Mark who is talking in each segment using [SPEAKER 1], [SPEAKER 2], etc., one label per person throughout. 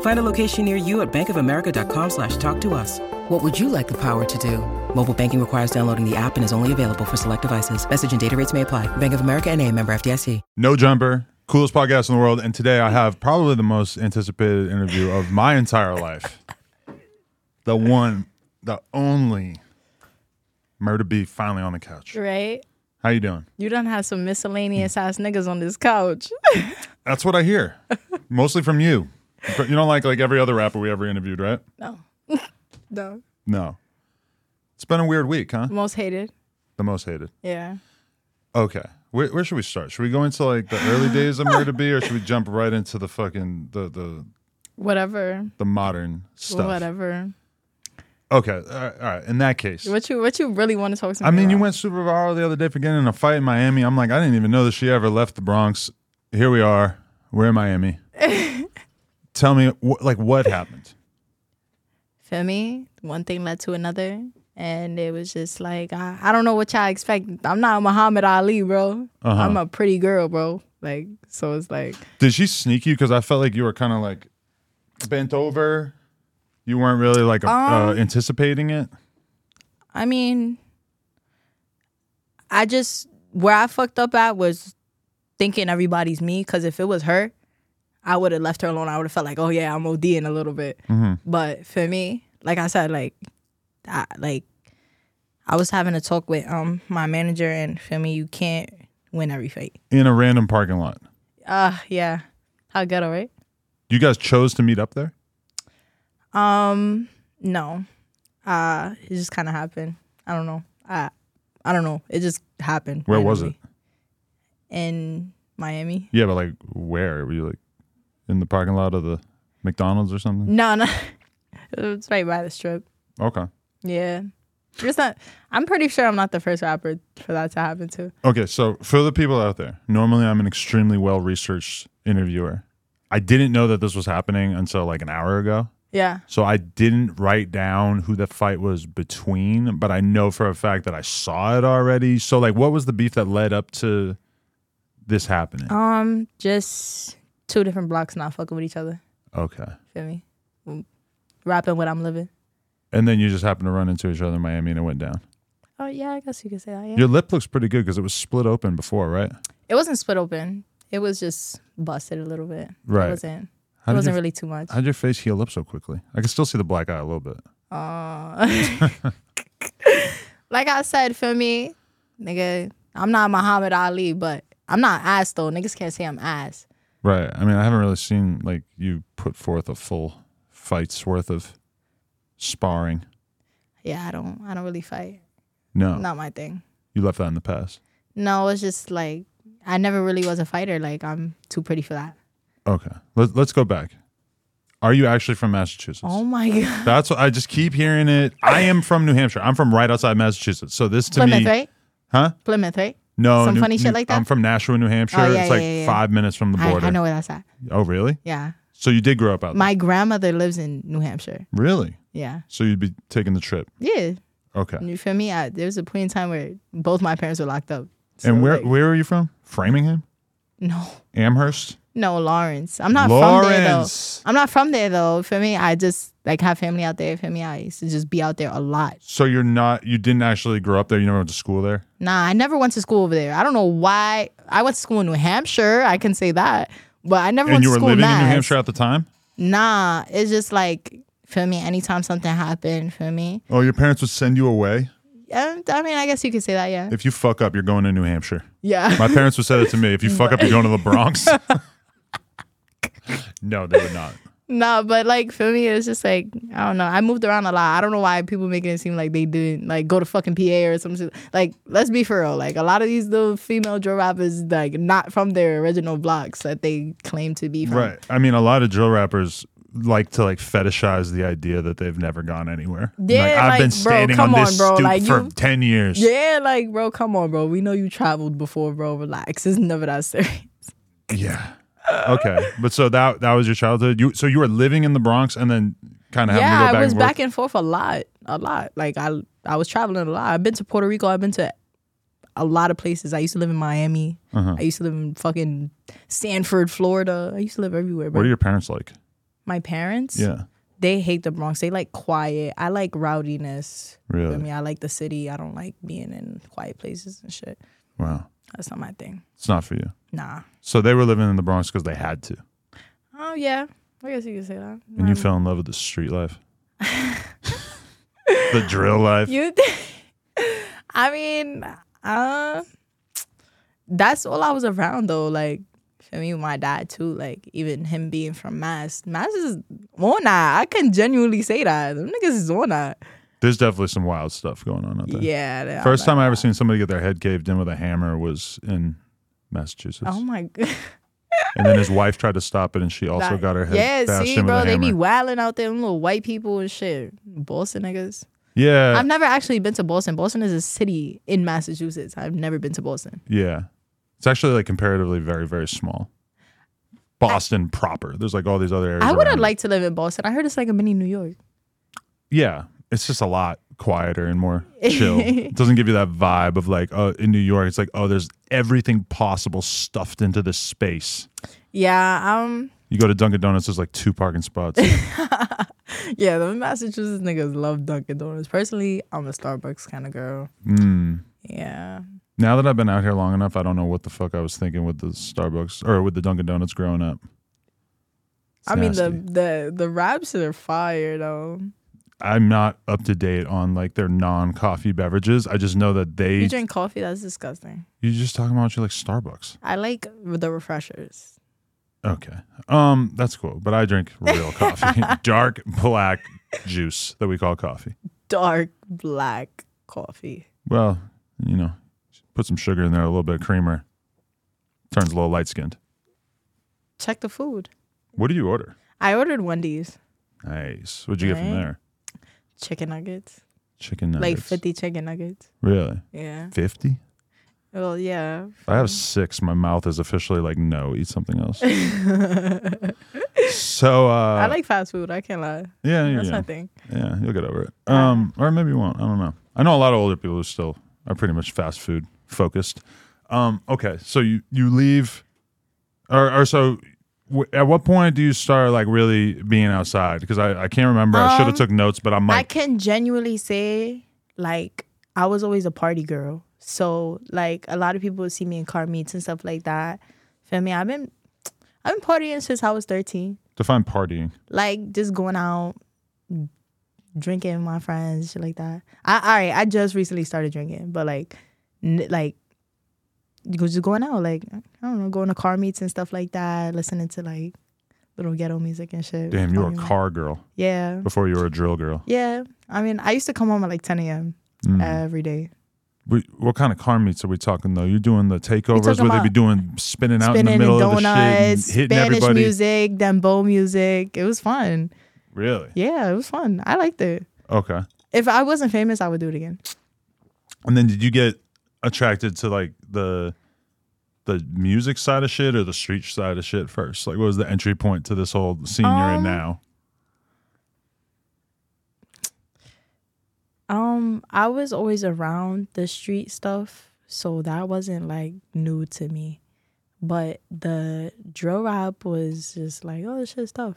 [SPEAKER 1] Find a location near you at bankofamerica.com slash talk to us. What would you like the power to do? Mobile banking requires downloading the app and is only available for select devices. Message and data rates may apply. Bank of America and a member FDIC.
[SPEAKER 2] No Jumper, coolest podcast in the world. And today I have probably the most anticipated interview of my entire life. The one, the only Murder B finally on the couch.
[SPEAKER 3] Right?
[SPEAKER 2] How you doing?
[SPEAKER 3] You don't have some miscellaneous ass niggas on this couch.
[SPEAKER 2] That's what I hear. Mostly from you. But You don't like like every other rapper we ever interviewed, right?
[SPEAKER 3] no. no.
[SPEAKER 2] No. It's been a weird week, huh?
[SPEAKER 3] Most hated.
[SPEAKER 2] The most hated.
[SPEAKER 3] Yeah.
[SPEAKER 2] Okay. Where, where should we start? Should we go into like the early days of Murder B or should we jump right into the fucking the the
[SPEAKER 3] Whatever.
[SPEAKER 2] the modern stuff?
[SPEAKER 3] Whatever.
[SPEAKER 2] Okay. All right. All right. In that case.
[SPEAKER 3] What you what you really want to talk to me
[SPEAKER 2] I mean, you
[SPEAKER 3] about?
[SPEAKER 2] went super viral the other day for getting in a fight in Miami. I'm like, I didn't even know that she ever left the Bronx. Here we are. We're in Miami. Tell me, wh- like, what happened?
[SPEAKER 3] Feel me? One thing led to another. And it was just like I, I don't know what y'all expect. I'm not Muhammad Ali, bro.
[SPEAKER 2] Uh-huh.
[SPEAKER 3] I'm a pretty girl, bro. Like so it's like
[SPEAKER 2] Did she sneak you? Because I felt like you were kind of like bent over. You weren't really like a, uh, anticipating it.
[SPEAKER 3] I mean, I just where I fucked up at was thinking everybody's me. Because if it was her, I would have left her alone. I would have felt like, oh yeah, I'm ODing a little bit. But for me, like I said, like, I, like I was having a talk with um my manager, and for me, you can't win every fight.
[SPEAKER 2] In a random parking lot.
[SPEAKER 3] Uh yeah, how good, all right?
[SPEAKER 2] You guys chose to meet up there?
[SPEAKER 3] Um, no. Uh, it just kind of happened. I don't know. I, I don't know. It just happened.
[SPEAKER 2] Where was
[SPEAKER 3] randomly. In Miami.
[SPEAKER 2] Yeah, but like, where? Were you like in the parking lot of the McDonald's or something?
[SPEAKER 3] No, no. it's right by the strip.
[SPEAKER 2] Okay.
[SPEAKER 3] Yeah. It's not. I'm pretty sure I'm not the first rapper for that to happen to.
[SPEAKER 2] Okay, so for the people out there, normally I'm an extremely well researched interviewer. I didn't know that this was happening until like an hour ago.
[SPEAKER 3] Yeah.
[SPEAKER 2] So I didn't write down who the fight was between, but I know for a fact that I saw it already. So like what was the beef that led up to this happening?
[SPEAKER 3] Um, just two different blocks not fucking with each other.
[SPEAKER 2] Okay.
[SPEAKER 3] Feel me? Mm. Rapping what I'm living.
[SPEAKER 2] And then you just happened to run into each other in Miami and it went down.
[SPEAKER 3] Oh yeah, I guess you could say that. Yeah.
[SPEAKER 2] Your lip looks pretty good because it was split open before, right?
[SPEAKER 3] It wasn't split open. It was just busted a little bit.
[SPEAKER 2] Right.
[SPEAKER 3] It wasn't.
[SPEAKER 2] How
[SPEAKER 3] it
[SPEAKER 2] did
[SPEAKER 3] wasn't
[SPEAKER 2] you-
[SPEAKER 3] really too much.
[SPEAKER 2] How'd your face heal up so quickly? I can still see the black eye a little bit.
[SPEAKER 3] Uh, like I said, for me, nigga, I'm not Muhammad Ali, but I'm not ass though. Niggas can't say I'm ass.
[SPEAKER 2] Right. I mean, I haven't really seen like you put forth a full fight's worth of sparring.
[SPEAKER 3] Yeah, I don't. I don't really fight.
[SPEAKER 2] No,
[SPEAKER 3] Not my thing.
[SPEAKER 2] you left that in the past.
[SPEAKER 3] No, it's just like I never really was a fighter. Like I'm too pretty for that.
[SPEAKER 2] Okay. Let, let's go back. Are you actually from Massachusetts?
[SPEAKER 3] Oh my god.
[SPEAKER 2] That's what I just keep hearing it. I am from New Hampshire. I'm from right outside Massachusetts. So this to
[SPEAKER 3] Plymouth,
[SPEAKER 2] me,
[SPEAKER 3] right?
[SPEAKER 2] huh?
[SPEAKER 3] Plymouth, right?
[SPEAKER 2] No,
[SPEAKER 3] Some
[SPEAKER 2] New-
[SPEAKER 3] funny shit
[SPEAKER 2] New-
[SPEAKER 3] like that? Oh,
[SPEAKER 2] I'm from Nashua, New Hampshire.
[SPEAKER 3] yeah,
[SPEAKER 2] it's like
[SPEAKER 3] yeah, yeah.
[SPEAKER 2] five minutes from the
[SPEAKER 3] I,
[SPEAKER 2] border.
[SPEAKER 3] I know where that's at.
[SPEAKER 2] Oh, really?
[SPEAKER 3] Yeah.
[SPEAKER 2] So you did grow up out
[SPEAKER 3] My grandmother lives in New Hampshire.
[SPEAKER 2] there? Really?
[SPEAKER 3] Yeah.
[SPEAKER 2] So you'd be taking the trip?
[SPEAKER 3] Yeah.
[SPEAKER 2] Okay.
[SPEAKER 3] You feel me? I, there was a point in time where both my parents were locked up. So,
[SPEAKER 2] and where
[SPEAKER 3] like,
[SPEAKER 2] where are you from? Framingham,
[SPEAKER 3] No.
[SPEAKER 2] Amherst.
[SPEAKER 3] No, Lawrence. I'm not from there though.
[SPEAKER 2] Lawrence.
[SPEAKER 3] I'm not from there though. For me, I just like have family out there. For me, I used to just be out there a lot.
[SPEAKER 2] So you're not you didn't actually grow up there. You never went to school there.
[SPEAKER 3] Nah, I never went to school over there. I don't know why. I went to school in New Hampshire. I can say that, but I never
[SPEAKER 2] and
[SPEAKER 3] went
[SPEAKER 2] you
[SPEAKER 3] to
[SPEAKER 2] were
[SPEAKER 3] school
[SPEAKER 2] living
[SPEAKER 3] Mass.
[SPEAKER 2] in New Hampshire at the time.
[SPEAKER 3] Nah, it's just like for me. Anytime something happened for me,
[SPEAKER 2] Oh, your parents would send you away.
[SPEAKER 3] Um, I mean, I guess you could say that. Yeah.
[SPEAKER 2] If you fuck up, you're going to New Hampshire.
[SPEAKER 3] Yeah.
[SPEAKER 2] My parents would say that to me. If you fuck up, you're going to the Bronx. no, they would not.
[SPEAKER 3] No, but like for me, it's just like I don't know. I moved around a lot. I don't know why people making it seem like they didn't like go to fucking PA or some shit. Like, let's be for real. Like a lot of these little female drill rappers, like not from their original blocks that they claim to be from.
[SPEAKER 2] Right. I mean, a lot of drill rappers like to like fetishize the idea that they've never gone anywhere.
[SPEAKER 3] Yeah,
[SPEAKER 2] I've
[SPEAKER 3] like,
[SPEAKER 2] been
[SPEAKER 3] bro,
[SPEAKER 2] standing
[SPEAKER 3] come
[SPEAKER 2] on this
[SPEAKER 3] on, bro,
[SPEAKER 2] stoop
[SPEAKER 3] like,
[SPEAKER 2] for
[SPEAKER 3] you-
[SPEAKER 2] ten years.
[SPEAKER 3] Yeah, like bro, come on, bro. We know you traveled before, bro. Relax. It's never that serious.
[SPEAKER 2] Yeah. Okay. But so that that was your childhood. You so you were living in the Bronx and then kind of having to
[SPEAKER 3] yeah,
[SPEAKER 2] go back
[SPEAKER 3] I
[SPEAKER 2] and
[SPEAKER 3] was
[SPEAKER 2] forth.
[SPEAKER 3] back and forth a lot, a lot. Like I, I was traveling a lot. I've been to Puerto Rico. I've been to a lot of places. I used to live in Miami.
[SPEAKER 2] Uh-huh.
[SPEAKER 3] I used to live in fucking Sanford, Florida. I used to live everywhere.
[SPEAKER 2] what
[SPEAKER 3] Bro.
[SPEAKER 2] are your parents like?
[SPEAKER 3] My parents,
[SPEAKER 2] Yeah.
[SPEAKER 3] they hate the Bronx. They like quiet. I like rowdiness. I
[SPEAKER 2] Really?
[SPEAKER 3] mean, I like the city. I don't like being in quiet places and shit.
[SPEAKER 2] Wow.
[SPEAKER 3] That's not my thing.
[SPEAKER 2] It's not for you.
[SPEAKER 3] Nah.
[SPEAKER 2] So they were living in the Bronx because they had to,
[SPEAKER 3] Oh yeah, I guess you could say that.
[SPEAKER 2] and you fell in love with the street life, the drill life.
[SPEAKER 3] You, th- I mean, uh, that's all I was around though. Like for me, my dad too. Like even him being from Mass, Mass is on that. I can genuinely say that. Them niggas is on that.
[SPEAKER 2] There's definitely some wild stuff going on out there.
[SPEAKER 3] Yeah. uh, they- I'm
[SPEAKER 2] First
[SPEAKER 3] like,
[SPEAKER 2] time I ever seen somebody get their head caved in with a hammer was in Massachusetts,
[SPEAKER 3] Oh my god.
[SPEAKER 2] and then his wife tried to stop it, and she also
[SPEAKER 3] That-
[SPEAKER 2] got her head
[SPEAKER 3] Yeah.
[SPEAKER 2] bashed
[SPEAKER 3] See,
[SPEAKER 2] in with
[SPEAKER 3] bro,
[SPEAKER 2] a
[SPEAKER 3] they
[SPEAKER 2] hammer.
[SPEAKER 3] be wilding out there. Them little white people and shit. Boston niggas.
[SPEAKER 2] yeah,
[SPEAKER 3] I've never actually been to Boston. Boston is a city in Massachusetts. I've never been to Boston.
[SPEAKER 2] yeah. It's actually like comparatively very, very small. Boston proper. There's like all these other areas.
[SPEAKER 3] I would have
[SPEAKER 2] around it.
[SPEAKER 3] liked to live in Boston. I heard it's like a mini New York.
[SPEAKER 2] yeah, it's just a lot quieter and more chill. it doesn't give you that vibe of like, oh, in New York, it's like, oh, there's everything possible stuffed into this space.
[SPEAKER 3] Yeah, um,
[SPEAKER 2] You go to Dunkin' Donuts, there's like two parking spots.
[SPEAKER 3] yeah, the Massachusetts niggas love Dunkin' Donuts. Personally, I'm a Starbucks kind of girl.
[SPEAKER 2] mm.
[SPEAKER 3] Yeah,
[SPEAKER 2] Now that I've been out here long enough, I don't know what the fuck I was thinking with the Starbucks or with the Dunkin' Donuts growing up. It's
[SPEAKER 3] I mean
[SPEAKER 2] nasty.
[SPEAKER 3] the the the wraps are fire though.
[SPEAKER 2] I'm not up to date on like their non-coffee beverages. I just know that they.
[SPEAKER 3] You
[SPEAKER 2] You
[SPEAKER 3] drink coffee? That's disgusting.
[SPEAKER 2] are just talking about you like Starbucks.
[SPEAKER 3] I like the refreshers.
[SPEAKER 2] Okay, um, that's cool. But I drink real coffee, dark black juice that we call coffee.
[SPEAKER 3] Dark black coffee.
[SPEAKER 2] Well, you know, put some sugar in there, a little bit of creamer, turns a little light skinned.
[SPEAKER 3] Check the food.
[SPEAKER 2] What do you order?
[SPEAKER 3] I ordered Wendy's
[SPEAKER 2] Nice. What'd you get from
[SPEAKER 3] Right.
[SPEAKER 2] there?
[SPEAKER 3] chicken nuggets,
[SPEAKER 2] Chicken nuggets.
[SPEAKER 3] Eh? like fifty chicken nuggets.
[SPEAKER 2] Really?
[SPEAKER 3] Yeah.
[SPEAKER 2] Fifty?
[SPEAKER 3] Well, yeah.
[SPEAKER 2] I have six. My mouth is officially like, no, eat something else. so uh,
[SPEAKER 3] I like fast food. I can't lie.
[SPEAKER 2] yeah, you're
[SPEAKER 3] That's my
[SPEAKER 2] young.
[SPEAKER 3] thing.
[SPEAKER 2] yeah, you'll get over it. Um, or maybe you won't. I don't know. I know a lot of older people who still are pretty much fast food focused. Um, okay, so you you leave, or or so. W- at what point do you start like really being outside? Because I, I can't remember. I should have
[SPEAKER 3] Um,
[SPEAKER 2] took notes, but I'm
[SPEAKER 3] I
[SPEAKER 2] like,
[SPEAKER 3] can genuinely say, like, I was always a party girl. So, like, a lot of people would see me in car meets and stuff like that. Feel me? I've been, I've been partying since I was thirteen.
[SPEAKER 2] define partying.
[SPEAKER 3] Like, just going out, drinking with my friends, shit like that. I, all right, I just recently started drinking, but like, n- like, you go- just going out, like, I don't know, going to car meets and stuff like that, listening to like little ghetto music and shit.
[SPEAKER 2] Damn, you were a
[SPEAKER 3] Partying.
[SPEAKER 2] car girl
[SPEAKER 3] Yeah.
[SPEAKER 2] before you were a drill girl. Mm.
[SPEAKER 3] Yeah. I mean, I used to come home at like 10 a.m. every day.
[SPEAKER 2] We, what kind of car meets are we talking though? You're doing the takeovers
[SPEAKER 3] talking
[SPEAKER 2] where they be
[SPEAKER 3] about
[SPEAKER 2] doing spinning out in the
[SPEAKER 3] Spinning
[SPEAKER 2] middle of the shit, and
[SPEAKER 3] donuts,
[SPEAKER 2] hitting
[SPEAKER 3] Spanish
[SPEAKER 2] everybody.
[SPEAKER 3] music, dembow music. It was fun.
[SPEAKER 2] Really?
[SPEAKER 3] Yeah, it was fun. I liked it.
[SPEAKER 2] Okay.
[SPEAKER 3] If I wasn't famous, I would do it again.
[SPEAKER 2] And then did you get attracted to like the the music side of shit or the street side of shit first? Like, what was the entry point to this whole scene you're in
[SPEAKER 3] Um,
[SPEAKER 2] now?
[SPEAKER 3] Um, I was always around the street stuff, so that wasn't like new to me. But the drill rap was just like, oh, this shit is tough.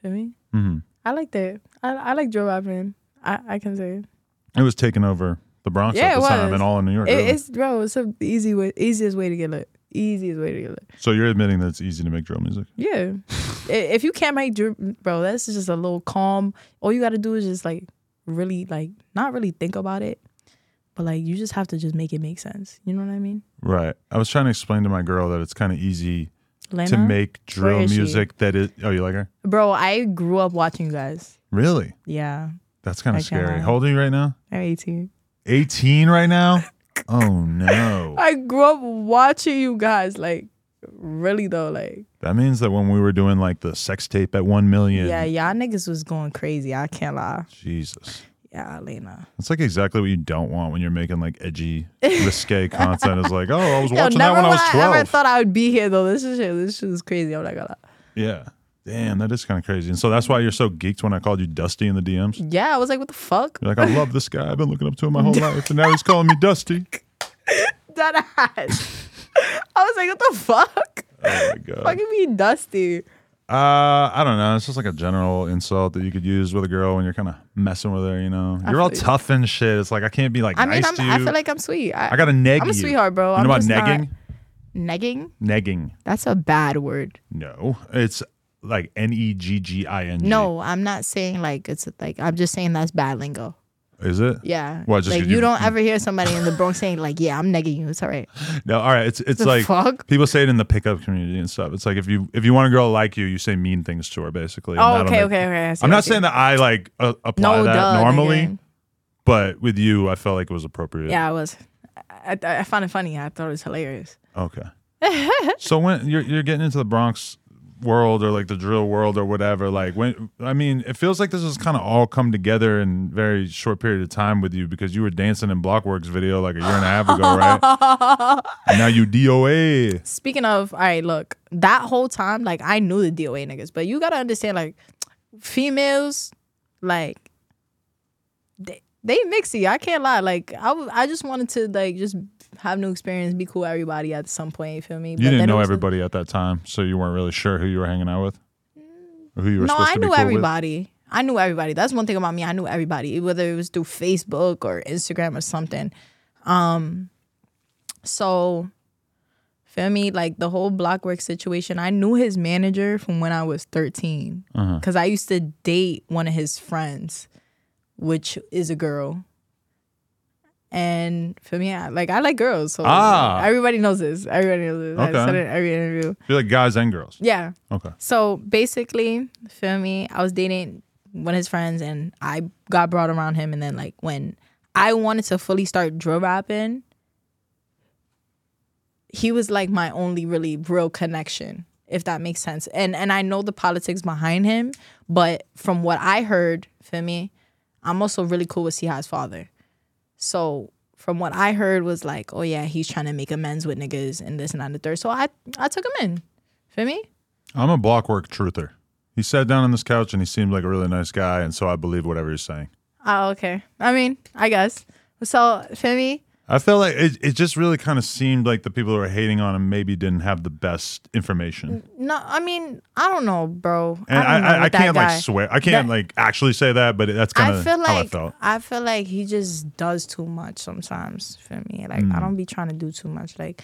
[SPEAKER 3] Feel me?
[SPEAKER 2] Mhm.
[SPEAKER 3] I liked it. I, I like drill rapping. I, I can say it.
[SPEAKER 2] It was taking over the Bronx
[SPEAKER 3] Yeah,
[SPEAKER 2] at
[SPEAKER 3] it
[SPEAKER 2] the time
[SPEAKER 3] was.
[SPEAKER 2] and all in New York.
[SPEAKER 3] It-
[SPEAKER 2] really.
[SPEAKER 3] it's bro. It's the easy way, easiest way to get lit. Easiest way to get lit.
[SPEAKER 2] So you're admitting that it's easy to make drill music.
[SPEAKER 3] Yeah. I- if you can't make drip, bro, that's just a little calm. All you got to do is just like really, like not really think about it, But like you just have to just make it make sense. You know what I mean?
[SPEAKER 2] Right. I was trying to explain to my girl that it's kind of easy
[SPEAKER 3] Lena?
[SPEAKER 2] to make drill
[SPEAKER 3] is she?
[SPEAKER 2] music that is. Oh, you like her?
[SPEAKER 3] Bro, I grew up watching you guys.
[SPEAKER 2] Really?
[SPEAKER 3] Yeah.
[SPEAKER 2] That's kind
[SPEAKER 3] I
[SPEAKER 2] of scary.
[SPEAKER 3] cannot.
[SPEAKER 2] How old are you right now?
[SPEAKER 3] I'm 18.
[SPEAKER 2] 18 right now? Oh, no.
[SPEAKER 3] I grew up watching you guys. Like, really though, like
[SPEAKER 2] That means that when we were doing like the sex tape at 1 million.
[SPEAKER 3] yeah. y'all niggas was going crazy. I can't lie.
[SPEAKER 2] Jesus.
[SPEAKER 3] Yeah, Lena.
[SPEAKER 2] That's like exactly what you don't want when you're making like edgy, risque content. It's like, oh, I was
[SPEAKER 3] Yo,
[SPEAKER 2] watching that
[SPEAKER 3] never
[SPEAKER 2] when I
[SPEAKER 3] would
[SPEAKER 2] was
[SPEAKER 3] I
[SPEAKER 2] 12.
[SPEAKER 3] ever thought I would be here though. This is shit. This shit is crazy. I'm not gonna lie.
[SPEAKER 2] yeah. Damn, that is kind of crazy. And so that's why you're so geeked when I called you Dusty in the DMs.
[SPEAKER 3] Yeah, I was like, what the fuck?
[SPEAKER 2] You're like, I love this guy. I've been looking up to him my whole life. And now he's calling me Dusty.
[SPEAKER 3] Dead ass. I was like, what the fuck?
[SPEAKER 2] Oh, my God.
[SPEAKER 3] Fucking be dusty.
[SPEAKER 2] Uh, I don't know. It's just like a general insult that you could use with a girl when you're kind of messing with her. You know, you're all
[SPEAKER 3] feel you.
[SPEAKER 2] tough and shit. It's like I can't be like
[SPEAKER 3] I mean,
[SPEAKER 2] nice
[SPEAKER 3] I'm,
[SPEAKER 2] to you.
[SPEAKER 3] I feel like I'm sweet. I,
[SPEAKER 2] I gotta neg.
[SPEAKER 3] I'm a
[SPEAKER 2] you.
[SPEAKER 3] sweetheart, bro.
[SPEAKER 2] You
[SPEAKER 3] I'm
[SPEAKER 2] know about
[SPEAKER 3] just not-
[SPEAKER 2] negging?
[SPEAKER 3] negging.
[SPEAKER 2] Negging.
[SPEAKER 3] That's a bad word.
[SPEAKER 2] No, it's like N E G G I N G.
[SPEAKER 3] No, I'm not saying like it's like I'm just saying that's bad lingo.
[SPEAKER 2] is it?
[SPEAKER 3] Yeah.
[SPEAKER 2] Why, just
[SPEAKER 3] like
[SPEAKER 2] 'cause
[SPEAKER 3] you
[SPEAKER 2] you-
[SPEAKER 3] don't ever hear somebody in the Bronx saying like, "Yeah, I'm negging you." It's all right.
[SPEAKER 2] No. All right. It's it's
[SPEAKER 3] The
[SPEAKER 2] like
[SPEAKER 3] fuck?
[SPEAKER 2] people say it in the pickup community and stuff. It's like if you if you want a girl to like you, you say mean things to her basically. and
[SPEAKER 3] Oh,
[SPEAKER 2] that'll
[SPEAKER 3] okay,
[SPEAKER 2] make-
[SPEAKER 3] okay, okay. I see,
[SPEAKER 2] I'm
[SPEAKER 3] I
[SPEAKER 2] not
[SPEAKER 3] see.
[SPEAKER 2] saying that I like uh, apply
[SPEAKER 3] No,
[SPEAKER 2] that
[SPEAKER 3] duh,
[SPEAKER 2] normally,
[SPEAKER 3] nigga.
[SPEAKER 2] but with you, I felt like it was appropriate.
[SPEAKER 3] Yeah, I was. I, I, I found it funny. I thought it was hilarious.
[SPEAKER 2] Okay. so when you're you're getting into the Bronx world or like the drill world or whatever, like when I mean, it feels like this has kind of all come together in very short period of time with you because you were dancing in Blockworks video like a year and a half ago, right? and now you DOA.
[SPEAKER 3] Speaking of, all right, look, that whole time, like I knew the DOA niggas, but you gotta understand, like, females, like, they, they mixy. I can't lie. Like, I, w- I just wanted to like just have new experience, be cool with everybody at some point. You feel me?
[SPEAKER 2] You didn't know everybody at that time, so you weren't really sure who you were hanging out with, or who you were
[SPEAKER 3] no,
[SPEAKER 2] supposed
[SPEAKER 3] I
[SPEAKER 2] to be
[SPEAKER 3] knew
[SPEAKER 2] cool
[SPEAKER 3] everybody. I knew everybody. That's one thing about me. I knew everybody, whether it was through Facebook or Instagram or something. Um, so feel me? Like the whole blockwork situation. I knew his manager from when I was thirteen
[SPEAKER 2] Uh-huh.
[SPEAKER 3] because I used to date one of his friends, which is a girl. And for me, I, like I like girls, so
[SPEAKER 2] Ah.
[SPEAKER 3] everybody knows this. Everybody knows this.
[SPEAKER 2] Okay.
[SPEAKER 3] I said it in every interview.
[SPEAKER 2] with. You're like guys and girls.
[SPEAKER 3] Yeah.
[SPEAKER 2] Okay.
[SPEAKER 3] So basically, feel me, I was dating one of his friends and I got brought around him and then like when I wanted to fully start drill rapping, he was like my only really real connection, if that makes sense. And and I know the politics behind him, but from what I heard, feel me, I'm also really cool with Siha's father. So from what I heard was like, oh yeah, he's trying to make amends with niggas and this and that and the third. So I I took him in. Feel me?
[SPEAKER 2] I'm a Blockwork truther. He sat down on this couch and he seemed like a really nice guy, and so I believe whatever he's saying.
[SPEAKER 3] Oh, okay. I mean, I guess. So, Femi,
[SPEAKER 2] I felt like it, it just really kind of seemed like the people who were hating on him maybe didn't have the best information.
[SPEAKER 3] no, I mean, I don't know, bro.
[SPEAKER 2] And I,
[SPEAKER 3] Mm, don't know
[SPEAKER 2] I, I,
[SPEAKER 3] with that
[SPEAKER 2] can't
[SPEAKER 3] guy.
[SPEAKER 2] like swear. I can't
[SPEAKER 3] That-
[SPEAKER 2] like actually say that, but that's kind
[SPEAKER 3] I
[SPEAKER 2] of
[SPEAKER 3] feel
[SPEAKER 2] how I
[SPEAKER 3] like
[SPEAKER 2] felt.
[SPEAKER 3] feel like he just does too much sometimes for me. Like
[SPEAKER 2] Hmm.
[SPEAKER 3] I don't be trying to do too much. Like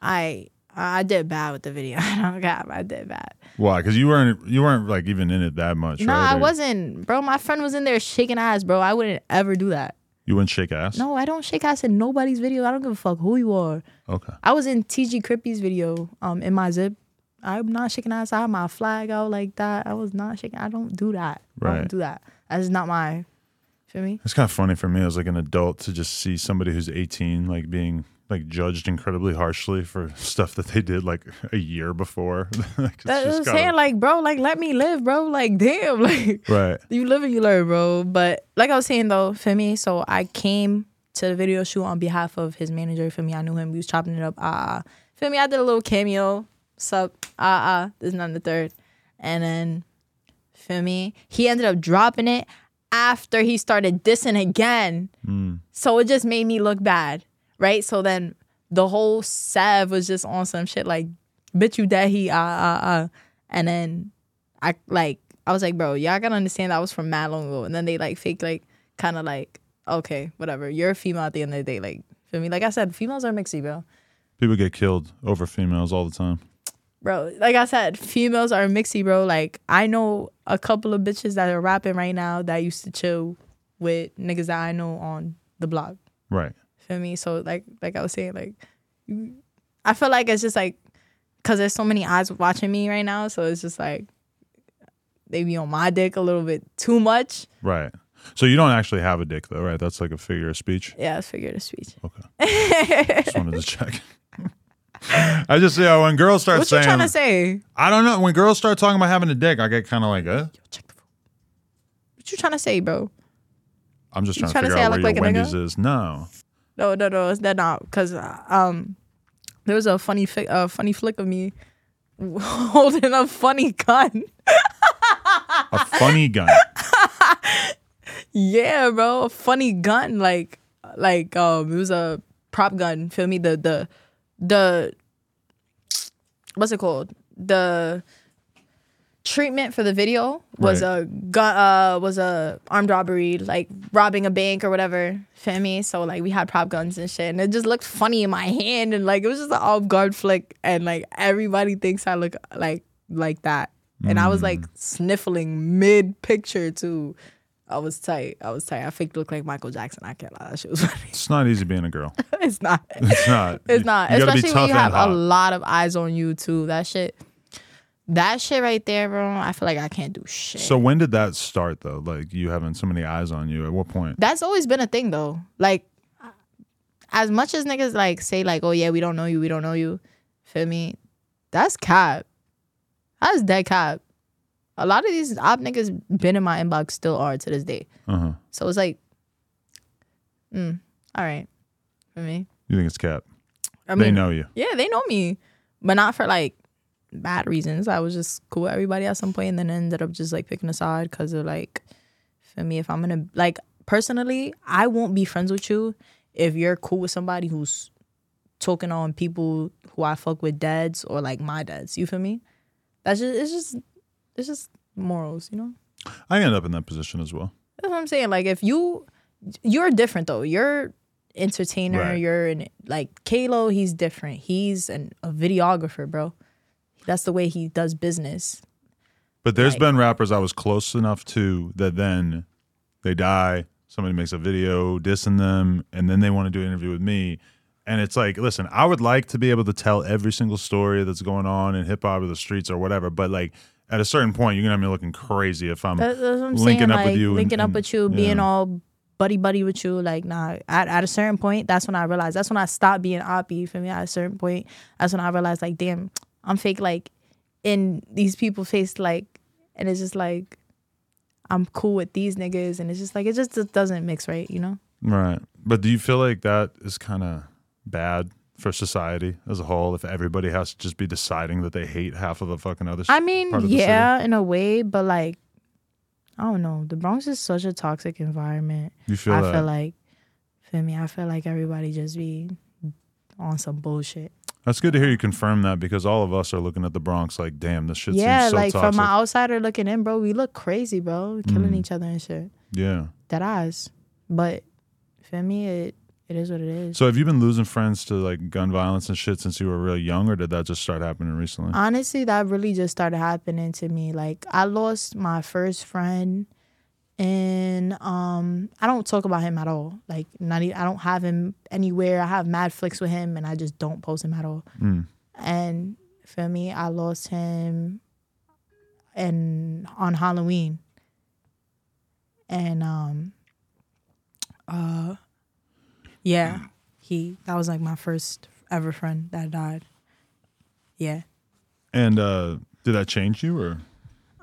[SPEAKER 3] I I did bad with the video. I don't got I did bad.
[SPEAKER 2] Why? Because you weren't you weren't like even in it that much,
[SPEAKER 3] No,
[SPEAKER 2] right?
[SPEAKER 3] I
[SPEAKER 2] Or
[SPEAKER 3] wasn't, bro. My friend was in there shaking ass, bro. I wouldn't ever do that.
[SPEAKER 2] You wouldn't shake ass.
[SPEAKER 3] No, I don't shake ass in nobody's video. I don't give a fuck who you are.
[SPEAKER 2] Okay.
[SPEAKER 3] I was in TG Crippy's video, um, in my zip. I'm not shaking ass. I had my flag out like that. I was not shaking. I don't do that. I
[SPEAKER 2] Right.
[SPEAKER 3] don't do that. That's not my. Feel me?
[SPEAKER 2] It's kind of funny for me as like an adult to just see somebody who's 18 like being like judged incredibly harshly for stuff that they did like a year before. Like, it's
[SPEAKER 3] That's what
[SPEAKER 2] just
[SPEAKER 3] I'm
[SPEAKER 2] kinda-
[SPEAKER 3] saying. Like, bro, like let me live, bro. Like, damn, like
[SPEAKER 2] right.
[SPEAKER 3] you live and you learn, bro. But like I was saying though, for me, so I came to the video shoot on behalf of his manager. For me, I knew him. We was chopping it up. Ah, uh, for me, I did a little cameo. Sup? Ah, uh, ah. Uh, there's none the third, and then for me, he ended up dropping it after he started dissing again. So it just made me look bad, right? So then the whole Sav was just on some shit like, bitch, you dead, he, ah, ah, ah. And then I like, I was like, bro, y'all gotta understand that was from mad long ago. And then they like fake, like, kind of like, okay, whatever. You're a female at the end of the day. Like, feel me? Like I said, females are mixy, bro.
[SPEAKER 2] People get killed over females all the time.
[SPEAKER 3] Bro, like I said, females are mixy, bro. Like, I know a couple of bitches that are rapping right now that used to chill with niggas that I know on the block.
[SPEAKER 2] Right.
[SPEAKER 3] Feel me? So like like I was saying, like you- I feel like it's just like because there's so many eyes watching me right now, so it's just like they be on my dick a little bit too much.
[SPEAKER 2] Right. So you don't actually have a dick though, right? That's like a figure of speech.
[SPEAKER 3] Yeah, it's figurative speech.
[SPEAKER 2] Just wanted to check. I just yeah, when girls start
[SPEAKER 3] What you
[SPEAKER 2] saying
[SPEAKER 3] trying to say?
[SPEAKER 2] I don't know, when girls start talking about having a dick, I get kinda like, uh,
[SPEAKER 3] Check the phone. What you trying to say, bro?
[SPEAKER 2] I'm just
[SPEAKER 3] You
[SPEAKER 2] trying to
[SPEAKER 3] tryna
[SPEAKER 2] figure
[SPEAKER 3] say I
[SPEAKER 2] out where
[SPEAKER 3] look
[SPEAKER 2] your
[SPEAKER 3] like a nigga?
[SPEAKER 2] Wendy's is. No.
[SPEAKER 3] No, no, no, it's that not because um, there was a funny fi- uh, funny flick of me holding a funny gun.
[SPEAKER 2] A funny gun.
[SPEAKER 3] Yeah, bro, a funny gun like like um, it was a prop gun. Feel me? The the the what's it called? The treatment for the video was
[SPEAKER 2] Right.
[SPEAKER 3] a gun uh was a armed robbery like robbing a bank or whatever feel me so like we had prop guns and shit and it just looked funny in my hand and like it was just an off-guard flick and like everybody thinks i look like like that and i was like sniffling mid-picture too i was tight i was tight i faked look like michael jackson i can't lie that shit was funny
[SPEAKER 2] It's not easy being a girl.
[SPEAKER 3] it's not
[SPEAKER 2] It's not.
[SPEAKER 3] it's not.
[SPEAKER 2] You gotta be
[SPEAKER 3] Especially when
[SPEAKER 2] tough
[SPEAKER 3] you have
[SPEAKER 2] and hot.
[SPEAKER 3] a lot of eyes on you too. That shit. That shit right there, bro. I feel like I can't do shit.
[SPEAKER 2] So when did that start though? Like you having so many eyes on you. At what point?
[SPEAKER 3] that's always been a thing though. Like as much as niggas like say like, oh yeah, we don't know you, we don't know you. Feel me? That's cap. That's dead cap. A lot of these op niggas been in my inbox still are to this day.
[SPEAKER 2] Uh huh.
[SPEAKER 3] So it's like, mm, all right. For me.
[SPEAKER 2] You think it's cap?
[SPEAKER 3] I
[SPEAKER 2] they
[SPEAKER 3] mean,
[SPEAKER 2] know you.
[SPEAKER 3] Yeah, they know me, but not for like bad reasons. I was just cool with everybody at some point, and then ended up just like picking a side because of like, for me, if I'm gonna like personally, I won't be friends with you if you're cool with somebody who's talking on people who I fuck with dads or like my dads. You feel me? That's just it's just it's just morals, you know.
[SPEAKER 2] I ended up in that position as well.
[SPEAKER 3] That's what I'm saying. Like if you you're different though. You're entertainer,
[SPEAKER 2] Right.
[SPEAKER 3] you're an like Kalo, he's different. He's an a videographer, bro. That's the way he does business.
[SPEAKER 2] But there's
[SPEAKER 3] Right.
[SPEAKER 2] been rappers I was close enough to that then they die, somebody makes a video dissing them, and then they want to do an interview with me. And it's like, listen, I would like to be able to tell every single story that's going on in hip hop or the streets or whatever, but like at a certain point, you're gonna have me looking crazy if I'm
[SPEAKER 3] That- that's what I'm
[SPEAKER 2] linking
[SPEAKER 3] saying.
[SPEAKER 2] up
[SPEAKER 3] like
[SPEAKER 2] with you, and-
[SPEAKER 3] linking
[SPEAKER 2] and-
[SPEAKER 3] up with you,
[SPEAKER 2] yeah.
[SPEAKER 3] being all buddy buddy with you. Like nah. At, at a certain point, that's when I realized. That's when I stopped being oppie for me. At a certain point, that's when I realized like, damn, I'm fake like in these people face like and it's just like I'm cool with these niggas and it's just like it just doesn't mix right, you know?
[SPEAKER 2] right. But do you feel like that is kind of bad? For society as a whole, if everybody has to just be deciding that they hate half of the fucking other, s-
[SPEAKER 3] I mean,
[SPEAKER 2] part of the city.
[SPEAKER 3] yeah, in a way, but like, I don't know. The Bronx is such a toxic environment.
[SPEAKER 2] you feel
[SPEAKER 3] I
[SPEAKER 2] that?
[SPEAKER 3] feel like, feel me? I feel like everybody just be on some bullshit.
[SPEAKER 2] That's good to hear you confirm that because all of us are looking at the Bronx like, damn, this shit
[SPEAKER 3] yeah,
[SPEAKER 2] seems so
[SPEAKER 3] like
[SPEAKER 2] toxic.
[SPEAKER 3] from an outsider looking in, bro, we look crazy, bro, We killing
[SPEAKER 2] Mm.
[SPEAKER 3] each other and shit.
[SPEAKER 2] yeah.
[SPEAKER 3] That eyes, but feel me? It it is what it is.
[SPEAKER 2] So have you been losing friends to like gun violence and shit since you were really young, or did that just start happening recently?
[SPEAKER 3] Honestly, that really just started happening to me. Like I lost my first friend and um I don't talk about him at all. Like not e- I don't have him anywhere. I have mad flicks with him and I just don't post him at all.
[SPEAKER 2] Mm.
[SPEAKER 3] And for me, I lost him and on Halloween. And um uh yeah, he that was like my first ever friend that died. Yeah.
[SPEAKER 2] And uh, did that change you, or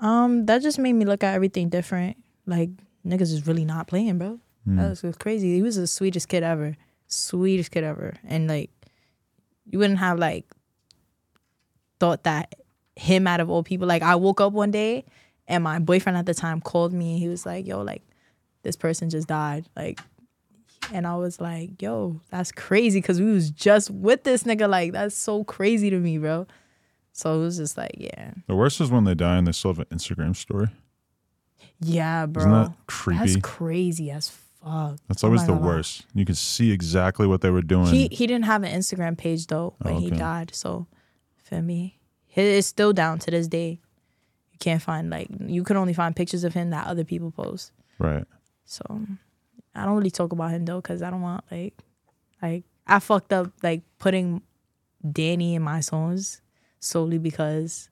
[SPEAKER 3] Um, that just made me look at everything different. Like niggas is really not playing, bro.
[SPEAKER 2] Hmm.
[SPEAKER 3] That was, was crazy. He was the sweetest kid ever, sweetest kid ever, and like you wouldn't have like thought that him out of all people. Like I woke up one day and my boyfriend at the time called me. and He was like, "Yo, like this person just died." Like. And I was like, yo, that's crazy because we was just with this nigga. Like, that's so crazy to me, bro. So it was just like, yeah.
[SPEAKER 2] the worst is when they die and they still have an Instagram story?
[SPEAKER 3] Yeah, bro.
[SPEAKER 2] Isn't that creepy?
[SPEAKER 3] That's
[SPEAKER 2] That's,
[SPEAKER 3] crazy as fuck. Oh
[SPEAKER 2] always
[SPEAKER 3] my
[SPEAKER 2] the
[SPEAKER 3] God.
[SPEAKER 2] worst. You can see exactly what they were doing.
[SPEAKER 3] He he didn't have an Instagram page though when he
[SPEAKER 2] Okay.
[SPEAKER 3] died. So feel me. It is still down to this day. You can't find like you could only find pictures of him that other people post.
[SPEAKER 2] right.
[SPEAKER 3] So I don't really talk about him though because I don't want like Like I fucked up like putting Danny in my songs solely because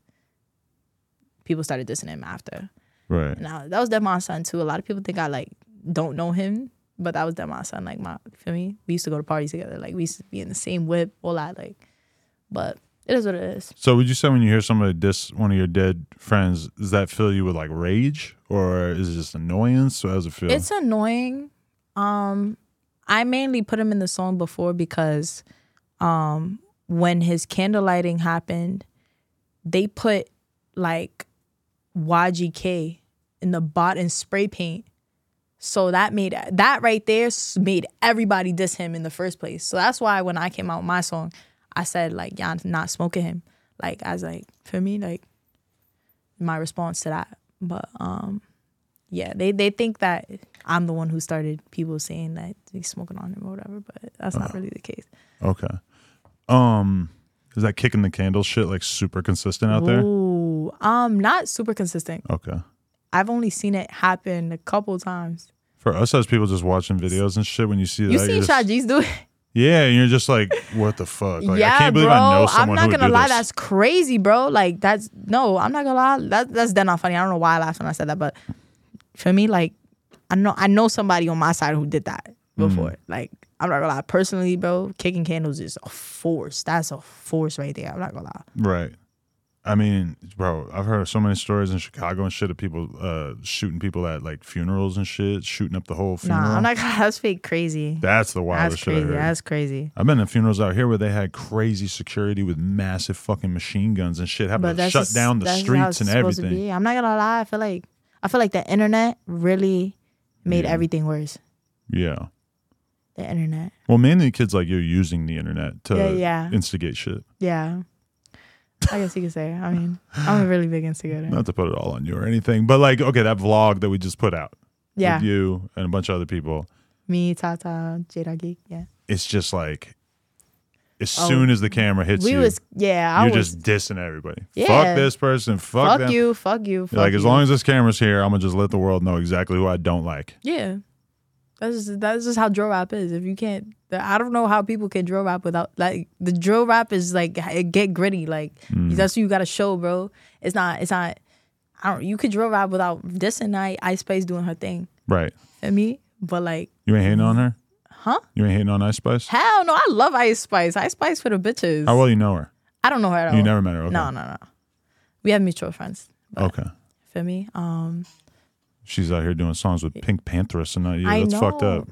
[SPEAKER 3] people started dissing him after.
[SPEAKER 2] Right.
[SPEAKER 3] And I, that was Demond's son too. A lot of people think I like don't know him, but that was Demond's son. Like my, feel me? We used to go to parties together. Like we used to be in the same whip, all that. Like, but it is what it is.
[SPEAKER 2] So would you say when you hear somebody diss one of your dead friends, does that fill you with like rage or is it just annoyance? Or how does it feel?
[SPEAKER 3] It's annoying. Um, I mainly put him in the song before because um, when his candlelighting happened, they put like YGK in the bot and spray paint. So that made that right there s- made everybody diss him in the first place. So that's why when I came out with my song, I said like y'all not smoking him. Like I was like for me like my response to that. But um yeah, they they think that I'm the one who started people saying that he's smoking on him or whatever, but that's not
[SPEAKER 2] Uh-huh.
[SPEAKER 3] really the case.
[SPEAKER 2] okay. Um, is that kicking the candle shit like super consistent out there?
[SPEAKER 3] Ooh, um, not super consistent.
[SPEAKER 2] Okay.
[SPEAKER 3] I've only seen it happen a couple times.
[SPEAKER 2] For us as people just watching videos and shit, when you see that,
[SPEAKER 3] You
[SPEAKER 2] you're
[SPEAKER 3] seen
[SPEAKER 2] just-
[SPEAKER 3] Shaggy's do it?
[SPEAKER 2] yeah, and you're just like, what the fuck? Like, I can't believe
[SPEAKER 3] bro.
[SPEAKER 2] I know someone
[SPEAKER 3] am not
[SPEAKER 2] who would
[SPEAKER 3] gonna
[SPEAKER 2] do
[SPEAKER 3] lie,
[SPEAKER 2] this.
[SPEAKER 3] that's crazy, bro. Like that's no, I'm not gonna lie. That that's dead not funny. I don't know why I laughed when I said that, but for me, like I know I know somebody on my side who did that
[SPEAKER 2] Mm-hmm.
[SPEAKER 3] before. Like I'm not gonna lie, personally, bro. Kicking candles is a force. That's a force right there. I'm not gonna lie.
[SPEAKER 2] Right. I mean, bro, I've heard so many stories in Chicago and shit of people uh, shooting people at like funerals and shit, shooting up the whole funeral.
[SPEAKER 3] Nah, I'm not gonna. That's fake crazy.
[SPEAKER 2] That's the wildest
[SPEAKER 3] That's
[SPEAKER 2] shit
[SPEAKER 3] crazy.
[SPEAKER 2] I heard.
[SPEAKER 3] That's crazy.
[SPEAKER 2] I've been to funerals out here where they had crazy security with massive fucking machine guns and shit, having
[SPEAKER 3] But
[SPEAKER 2] to
[SPEAKER 3] that's
[SPEAKER 2] shut
[SPEAKER 3] just-
[SPEAKER 2] down the
[SPEAKER 3] that's how
[SPEAKER 2] streets
[SPEAKER 3] it's
[SPEAKER 2] and
[SPEAKER 3] supposed to
[SPEAKER 2] everything.
[SPEAKER 3] be. I'm not gonna lie. I feel like I feel like the internet really made
[SPEAKER 2] Yeah.
[SPEAKER 3] everything worse.
[SPEAKER 2] Yeah.
[SPEAKER 3] The internet.
[SPEAKER 2] Well, mainly kids like you using the internet to
[SPEAKER 3] Yeah, yeah.
[SPEAKER 2] instigate shit.
[SPEAKER 3] Yeah. I guess you could say. I mean, I'm a really big instigator.
[SPEAKER 2] Not to put it all on you or anything, but like, okay, that vlog that we just put out
[SPEAKER 3] yeah.
[SPEAKER 2] with you and a bunch of other people.
[SPEAKER 3] Me, Tata, J Geek. Yeah.
[SPEAKER 2] it's just like as
[SPEAKER 3] Oh.
[SPEAKER 2] soon as the camera hits
[SPEAKER 3] We
[SPEAKER 2] you,
[SPEAKER 3] was yeah, I
[SPEAKER 2] you're
[SPEAKER 3] was
[SPEAKER 2] just dissing everybody.
[SPEAKER 3] Yeah.
[SPEAKER 2] Fuck this person. Fuck,
[SPEAKER 3] fuck,
[SPEAKER 2] them.
[SPEAKER 3] you, fuck you, fuck
[SPEAKER 2] You're like
[SPEAKER 3] you.
[SPEAKER 2] as long as this camera's here, I'm gonna just let the world know exactly who I don't like.
[SPEAKER 3] Yeah. That's just, that's just how drill rap is. If you can't I don't know how people can drill rap without like the drill rap is like it get gritty. Like
[SPEAKER 2] Mm.
[SPEAKER 3] that's what you gotta show, bro. It's not it's not I don't you could drill rap without dissing I Ice Spice doing her thing.
[SPEAKER 2] Right.
[SPEAKER 3] And me? But like
[SPEAKER 2] You ain't hating on her?
[SPEAKER 3] Huh?
[SPEAKER 2] You ain't hating on Ice Spice?
[SPEAKER 3] hell no, I love Ice Spice. Ice Spice for the bitches.
[SPEAKER 2] How well you know her?
[SPEAKER 3] I don't know her at all.
[SPEAKER 2] You never met her. Okay.
[SPEAKER 3] No, no, no. We have mutual friends.
[SPEAKER 2] Okay.
[SPEAKER 3] Feel me? Um,
[SPEAKER 2] She's out here doing songs with Pink Panthers and not you.
[SPEAKER 3] I
[SPEAKER 2] That's
[SPEAKER 3] know.
[SPEAKER 2] fucked up.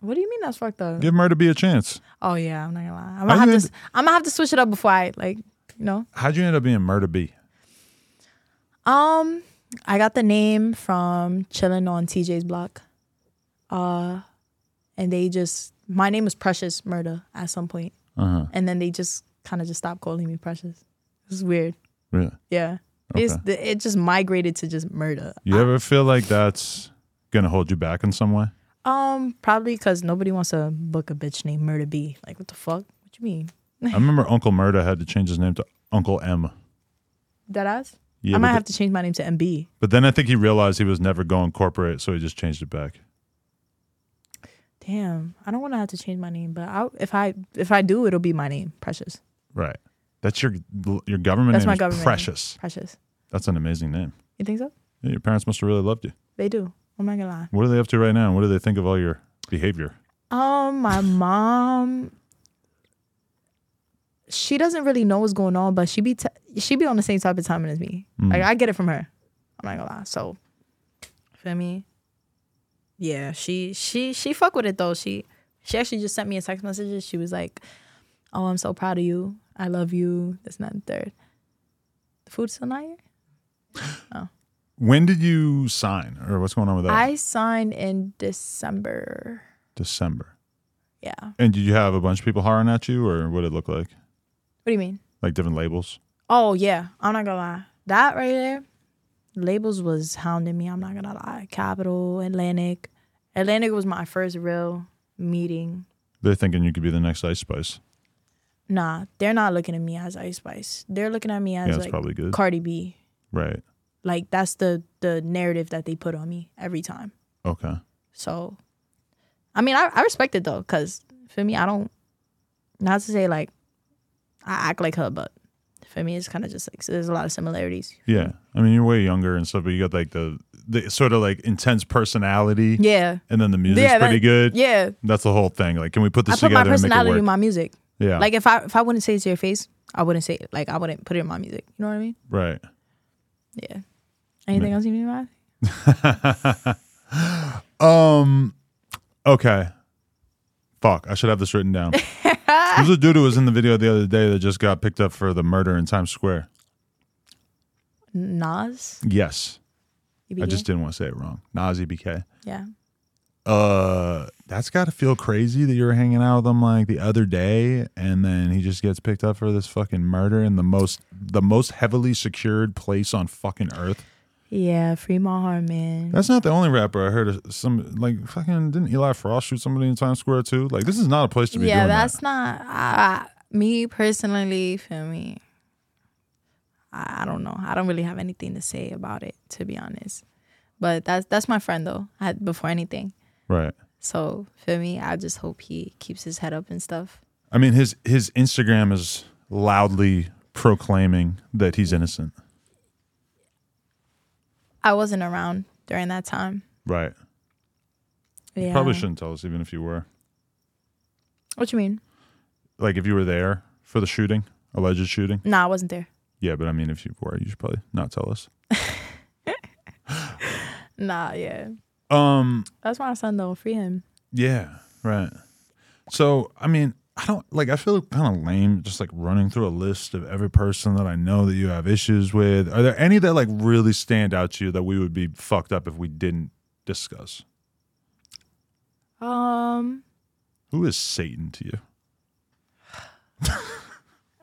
[SPEAKER 3] what do you mean that's fucked up?
[SPEAKER 2] Give Murder Be a chance.
[SPEAKER 3] Oh yeah, I'm not gonna lie. I'm
[SPEAKER 2] How
[SPEAKER 3] gonna have
[SPEAKER 2] you
[SPEAKER 3] to.
[SPEAKER 2] end-
[SPEAKER 3] s- I'm gonna have to switch it up before I like, you know.
[SPEAKER 2] How'd you end up being Murder B?
[SPEAKER 3] Um, I got the name from chilling on TJ's block, uh, and they just my name was Precious Murder at some point,
[SPEAKER 2] Uh huh.
[SPEAKER 3] and then they just kind of just stopped calling me Precious. It's weird.
[SPEAKER 2] Really?
[SPEAKER 3] Yeah. It's, it just migrated to just murder.
[SPEAKER 2] You ever feel like that's gonna hold you back in some way?
[SPEAKER 3] Um, probably because nobody wants to book a bitch named Murder B. Like, what the fuck? What you mean?
[SPEAKER 2] I remember Uncle Murder had to change his name to Uncle M.
[SPEAKER 3] Deadass?
[SPEAKER 2] Yeah,
[SPEAKER 3] I
[SPEAKER 2] but
[SPEAKER 3] might
[SPEAKER 2] the-
[SPEAKER 3] have to change my name to MB.
[SPEAKER 2] But then I think he realized he was never going corporate, so he just changed it back.
[SPEAKER 3] Damn, I don't want to have to change my name, but I, if I if I do, it'll be my name, Precious.
[SPEAKER 2] Right. That's your your government
[SPEAKER 3] That's
[SPEAKER 2] name.
[SPEAKER 3] my
[SPEAKER 2] is
[SPEAKER 3] government name.
[SPEAKER 2] Precious.
[SPEAKER 3] Precious.
[SPEAKER 2] That's an amazing name.
[SPEAKER 3] You think so?
[SPEAKER 2] Yeah, your parents must have really loved you.
[SPEAKER 3] They do. I'm not gonna
[SPEAKER 2] What are they up to right now? What do they think of all your behavior?
[SPEAKER 3] lie. Um, my mom, she doesn't really know what's going on, but she be t- she be on the same type of timing as me. Like I get it from her. I'm not gonna lie. So, feel me? Yeah, she she she fuck with it though. She she actually just sent me a text message. She was like, "Oh, I'm so proud of you. I love you." This not third. The food's still not here.
[SPEAKER 2] When did you sign, or what's going on with that?
[SPEAKER 3] I signed in December.
[SPEAKER 2] December.
[SPEAKER 3] Yeah. What
[SPEAKER 2] And did you have a bunch of people hollering at you, or what did it look like?
[SPEAKER 3] do you mean?
[SPEAKER 2] Like different labels?
[SPEAKER 3] Oh yeah, I'm not gonna lie. That right there, labels was hounding me. I'm not gonna lie. Capital, Atlantic, Atlantic was my first real meeting
[SPEAKER 2] They're thinking you could be the next Ice Spice.
[SPEAKER 3] Nah, they're not looking at me as Ice Spice. They're looking at me as
[SPEAKER 2] that's
[SPEAKER 3] like
[SPEAKER 2] probably good.
[SPEAKER 3] Cardi B.
[SPEAKER 2] Right.
[SPEAKER 3] Like that's the the narrative that they put on me every time.
[SPEAKER 2] Okay.
[SPEAKER 3] So, I mean, I, I respect it though, cause for me, I don't. Not to say like I act like her, but for me, it's kind of just like so there's a lot of similarities.
[SPEAKER 2] Yeah, I mean you're way younger and stuff, but you got like the the sort of like intense personality.
[SPEAKER 3] Yeah.
[SPEAKER 2] and then the music's
[SPEAKER 3] yeah, that-
[SPEAKER 2] pretty good.
[SPEAKER 3] Yeah,
[SPEAKER 2] that's the whole thing. Like, can we put this
[SPEAKER 3] I put my
[SPEAKER 2] together and make it
[SPEAKER 3] personality
[SPEAKER 2] work? Oh.
[SPEAKER 3] in my music.
[SPEAKER 2] yeah,
[SPEAKER 3] Like if I if I wouldn't say it to your face, I wouldn't say it. Like I wouldn't put it in my music. You know what I mean?
[SPEAKER 2] right.
[SPEAKER 3] Yeah. Anything else you need to add?
[SPEAKER 2] Um. Okay. Fuck. I should have this written down. There's a dude who was in the video the other day that just got picked up for the murder in Times Square.
[SPEAKER 3] Nas.
[SPEAKER 2] Yes,
[SPEAKER 3] EBK?
[SPEAKER 2] I just didn't want to say it wrong. Nas EBK.
[SPEAKER 3] yeah.
[SPEAKER 2] Uh, that's got to feel crazy that you were hanging out with him like the other day, and then he just gets picked up for this fucking murder in the most the most heavily secured place on fucking earth.
[SPEAKER 3] Yeah, free my heart, man.
[SPEAKER 2] That's not the only rapper I heard. of Some like fucking didn't Eli Frost shoot somebody in Times Square too? Like this is not a place to be.
[SPEAKER 3] yeah,
[SPEAKER 2] doing
[SPEAKER 3] that's
[SPEAKER 2] that.
[SPEAKER 3] not I, I- me personally. For me, I, I don't know. I don't really have anything to say about it, to be honest. But that's that's my friend though. I, before anything,
[SPEAKER 2] right.
[SPEAKER 3] so for me, I just hope he keeps his head up and stuff.
[SPEAKER 2] I mean his his Instagram is loudly proclaiming that he's innocent.
[SPEAKER 3] I wasn't around during that time.
[SPEAKER 2] Right.
[SPEAKER 3] Yeah.
[SPEAKER 2] You probably shouldn't tell us even if you were.
[SPEAKER 3] What you mean?
[SPEAKER 2] Like if you were there for the shooting, alleged shooting.
[SPEAKER 3] Nah, I wasn't there.
[SPEAKER 2] Yeah, but I mean if you were, you should probably not tell us.
[SPEAKER 3] Nah, yeah.
[SPEAKER 2] Um
[SPEAKER 3] That's my son though. Free him.
[SPEAKER 2] Yeah, right. So, I mean, I don't like, I feel kind of lame just like running through a list of every person that I know that you have issues with. Are there any that like really stand out to you that we would be fucked up if we didn't discuss?
[SPEAKER 3] Um,
[SPEAKER 2] Who is Satan to you?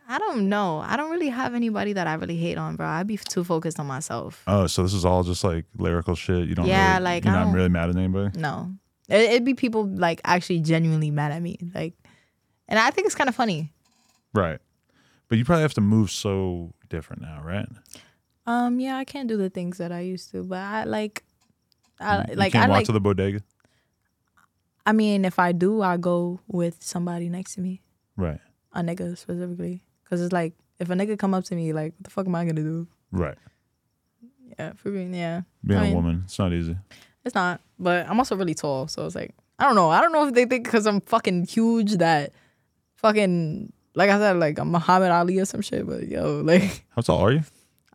[SPEAKER 3] I don't know. I don't really have anybody that I really hate on, bro. I'd be too focused on myself.
[SPEAKER 2] Oh, so this is all just like lyrical shit. You don't,
[SPEAKER 3] Yeah,
[SPEAKER 2] really,
[SPEAKER 3] like,
[SPEAKER 2] you're
[SPEAKER 3] I
[SPEAKER 2] not
[SPEAKER 3] don't-
[SPEAKER 2] really mad at anybody.
[SPEAKER 3] No. It, it'd be people like actually genuinely mad at me. Like, and I think it's kind of funny.
[SPEAKER 2] Right. But you probably have to move so different now, right?
[SPEAKER 3] Um, yeah, I can't do the things that I used to, but I like, I
[SPEAKER 2] You- you
[SPEAKER 3] like,
[SPEAKER 2] can't
[SPEAKER 3] I
[SPEAKER 2] walk
[SPEAKER 3] like,
[SPEAKER 2] to the bodega.
[SPEAKER 3] I mean, if I do, I go with somebody next to me,
[SPEAKER 2] Right.
[SPEAKER 3] a nigga specifically. Cause it's like, if a nigga come up to me, like, what the fuck am I gonna do?
[SPEAKER 2] Right.
[SPEAKER 3] Yeah, for being, yeah.
[SPEAKER 2] Being
[SPEAKER 3] I mean-
[SPEAKER 2] a woman, it's not easy.
[SPEAKER 3] It's not, but I'm also really tall, so it's like I don't know. I don't know if they think because I'm fucking huge that fucking like I said, like I'm Muhammad Ali or some shit. But yo, like
[SPEAKER 2] How tall are you?